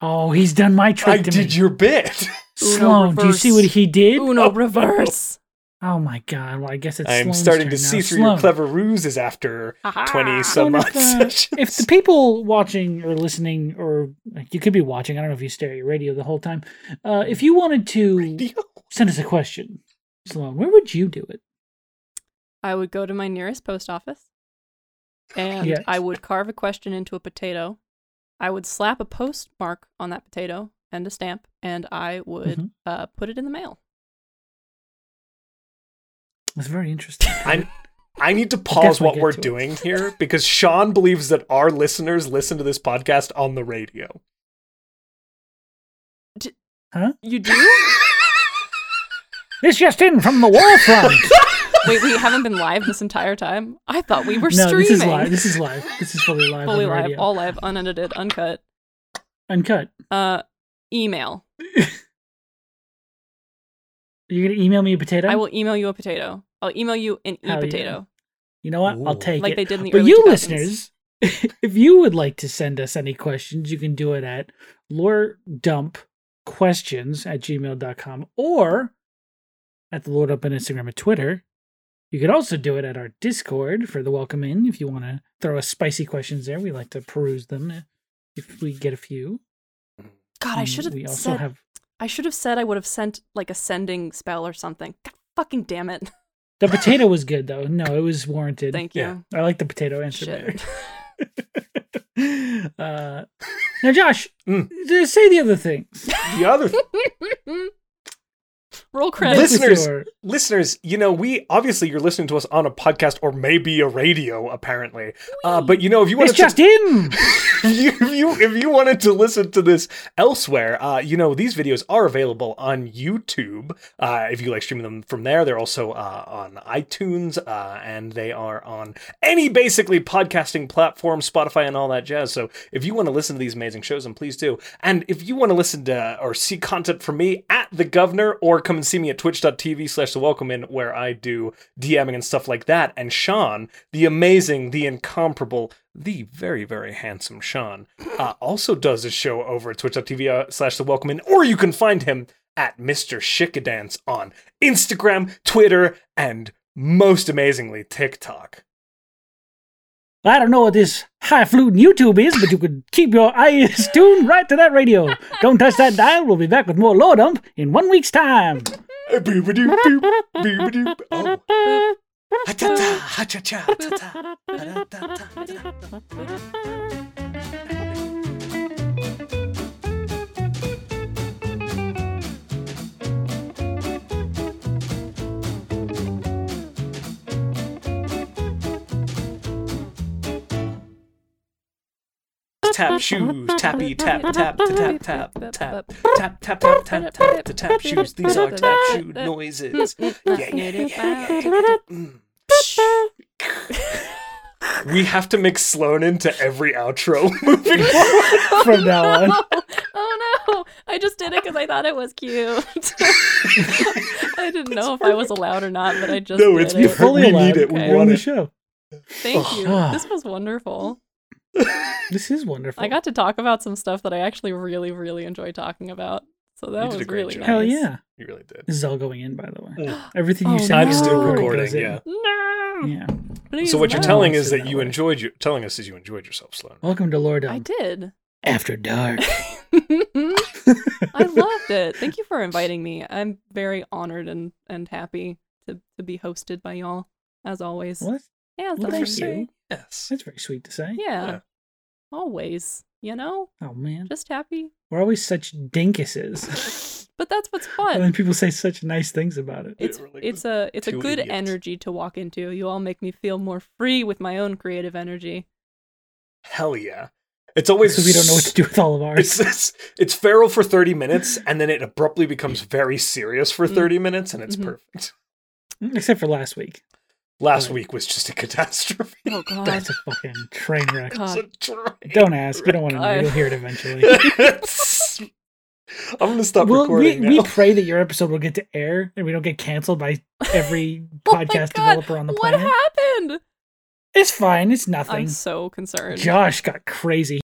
B: Oh, he's done my trick
A: I
B: to
A: did
B: me.
A: your bit.
B: Sloan, do you see what
C: reverse.
B: he did?
C: <laughs> Uno reverse.
B: Oh my god! Well, I
A: <laughs>
B: guess it's.
A: I'm
B: Sloan's
A: starting to
B: turn now.
A: see through
B: Sloan.
A: your clever ruses after
C: Aha.
A: 20
B: Sloan,
A: some <laughs> odd
B: if, the, if
A: sessions.
B: the people watching or listening, or like, you could be watching, I don't know if you stare at your radio the whole time. Uh, if you wanted to send us a question, Sloan, where would you do it?
C: I would go to my nearest post office and
B: Yes.
C: I would carve a question into a potato. I would slap a postmark on that potato and a stamp, and I would
B: Mhm.
C: uh, put it in the mail.
B: That's very interesting.
A: I'm- I need to pause
B: Definitely
A: what
B: get
A: we're
B: to it.
A: doing here because Sean believes that our listeners listen to this podcast on the radio.
C: You do?
B: this just in from the warfront.
C: <laughs> Wait, we haven't been live this entire time? I thought we <laughs> were
B: no,
C: streaming.
B: this is live. This is live. This is fully live.
C: Fully
B: on the
C: live,
B: radio.
C: all live, unedited, uncut.
B: uncut.
C: Uh, email.
B: You're gonna email me a potato.
C: I will email you a potato. I'll email you an e
B: Hell yeah.
C: potato,
B: You know what? I'll
A: Ooh.
B: take
C: like
B: it.
C: they did in the
B: But
C: early
B: you
C: 2000s.
B: listeners, <laughs> if you would like to send us any questions, you can do it at loredumpquestions at gmail.com or at the Lord Up on Instagram and Twitter. You could also do it at our Discord for the welcome in if you want to throw us spicy questions there. We like to peruse them uh, if we get a few.
C: God, I
B: And
C: should have
B: Mm, We also
C: said
B: have
C: I should have said I would have sent like a sending spell or something. God fucking
A: <laughs>
C: damn it.
B: the potato was good though. No, it was warranted.
C: Thank
A: Yeah.
C: you.
B: I like the potato answer better.
C: Shit.
B: <laughs> uh, now, Josh,
A: Mm.
B: th- say the
A: <laughs>
B: other things.
A: The
B: <laughs>
A: other
C: <laughs> Roll
B: This
A: <laughs>
C: credits.
B: is
A: Listeners-
B: your-
A: listeners, you know, we obviously you're listening to us on a podcast or maybe a radio, apparently. Uh, but you know, if you want
B: it's
A: to
B: just in.
A: <laughs> you, if you if you wanted to listen to this elsewhere, uh, you know these videos are available on YouTube. Uh, if you like streaming them from there, they're also uh, on iTunes uh, and they are on any basically podcasting platform, Spotify, and all that jazz. So if you want to listen to these amazing shows, then please do. And if you want to listen to or see content from me at the Governor, or come and see me at twitch.tv slash the welcome in, where I do DMing and stuff like that. And Sean, the amazing, the incomparable, the very, very handsome Sean, uh, also does a show over at twitch.tv uh, slash the welcome in, or you can find him at Mr. Shikadance on Instagram, Twitter, and most amazingly, TikTok.
B: I don't know what this highfalutin YouTube is, but you could keep your eyes <laughs> tuned right to that radio. Don't touch that dial. We'll be back with more lore dump in one week's
C: <laughs>
B: time.
A: Boop-a-doop, boop, boop-a-doop. Oh. Ha-cha-cha, ha-cha-cha, ta-ta, ta-da-ta-ta, ta-da. Tap shoes, tappy tap tap ta- tap tap tap tap tap tap tap tap to tap shoes. These are tap shoe noises. Yeah, yeah, yeah, yeah, yeah.
B: <laughs>
A: Mm. We have to mix Sloan into every outro <laughs> moving forward.
B: From now on.
C: <laughs> oh no! I just did it because I thought it was cute. <laughs> I
A: <laughs>
C: didn't know if I was allowed or not, but I just
A: No,
C: did
A: it's
C: it.
A: perfect.
B: Fully
A: We need
B: allowed.
A: it. We
B: We're
A: want
B: on the
A: it.
B: show.
C: <laughs> Thank you.
B: Ah.
C: This was wonderful.
B: This is wonderful.
C: I got to talk about some stuff that I actually really, really enjoy talking about. So that
A: You did a
C: was
A: great
C: really
A: job.
C: nice.
B: Hell yeah.
A: You really did.
B: This is all going in, by the way.
A: Mm.
B: Everything
C: Oh,
B: you said.
C: I'm
B: was
C: still
B: recorded,
C: recording,
B: goes in.
A: yeah.
C: No.
B: Yeah.
C: Please,
A: So what you're
C: no.
A: telling is
B: Answer
A: that
B: that
A: you
B: way. Oh,
A: enjoyed your telling us is you enjoyed yourself, Sloan.
B: Welcome to Lordum.
C: I did.
B: After
C: <laughs>
B: dark.
C: I
B: <laughs>
C: loved it. Thank you for inviting me. I'm very honored and, and happy to, to be hosted by y'all, as always.
B: What?
C: Yeah,
B: Well,
A: thank
C: that's
A: you.
C: right.
A: Yes.
B: That's very sweet to say.
C: Yeah.
A: Yeah.
C: Always. You know?
B: Oh man, <laughs>
C: Just happy.
B: we're always such dinkuses,
C: But that's
B: <laughs>
C: what's
B: and
C: fun.
B: then people say such nice things about it.
A: Yeah,
C: It's
A: we're like
C: it's a it's a
A: two
C: good
A: idiots.
C: energy to walk into. You all make me feel more free with my own creative energy.
A: Hell yeah. It's always
B: so we don't know what to do with all of ours.
A: <laughs> It's,
B: <laughs>
C: <laughs>
A: it's it's feral for 30 minutes and then it abruptly becomes very serious for
C: Mm.
A: 30 minutes and it's
B: Mm-hmm.
C: Mhm.
A: perfect.
B: Except for last week.
A: Last
B: Right.
A: week was just a catastrophe. <laughs>
C: Oh god.
B: That's a fucking train
C: <laughs>
B: wreck.
C: God.
A: So try- <laughs>
B: Don't ask. You don't want to know.
C: God.
B: You'll hear it
C: <laughs>
B: eventually.
A: I'm gonna stop
B: Well, we,
A: recording
B: we
C: <laughs>
A: now.
B: pray that your episode will get to air and we don't get canceled by every
C: <laughs> Oh my
B: podcast
C: God,
B: developer on the
C: what
B: planet.
C: happened?
B: it's fine. It's
C: I'm
B: nothing.
C: so concerned.
B: Josh got crazy.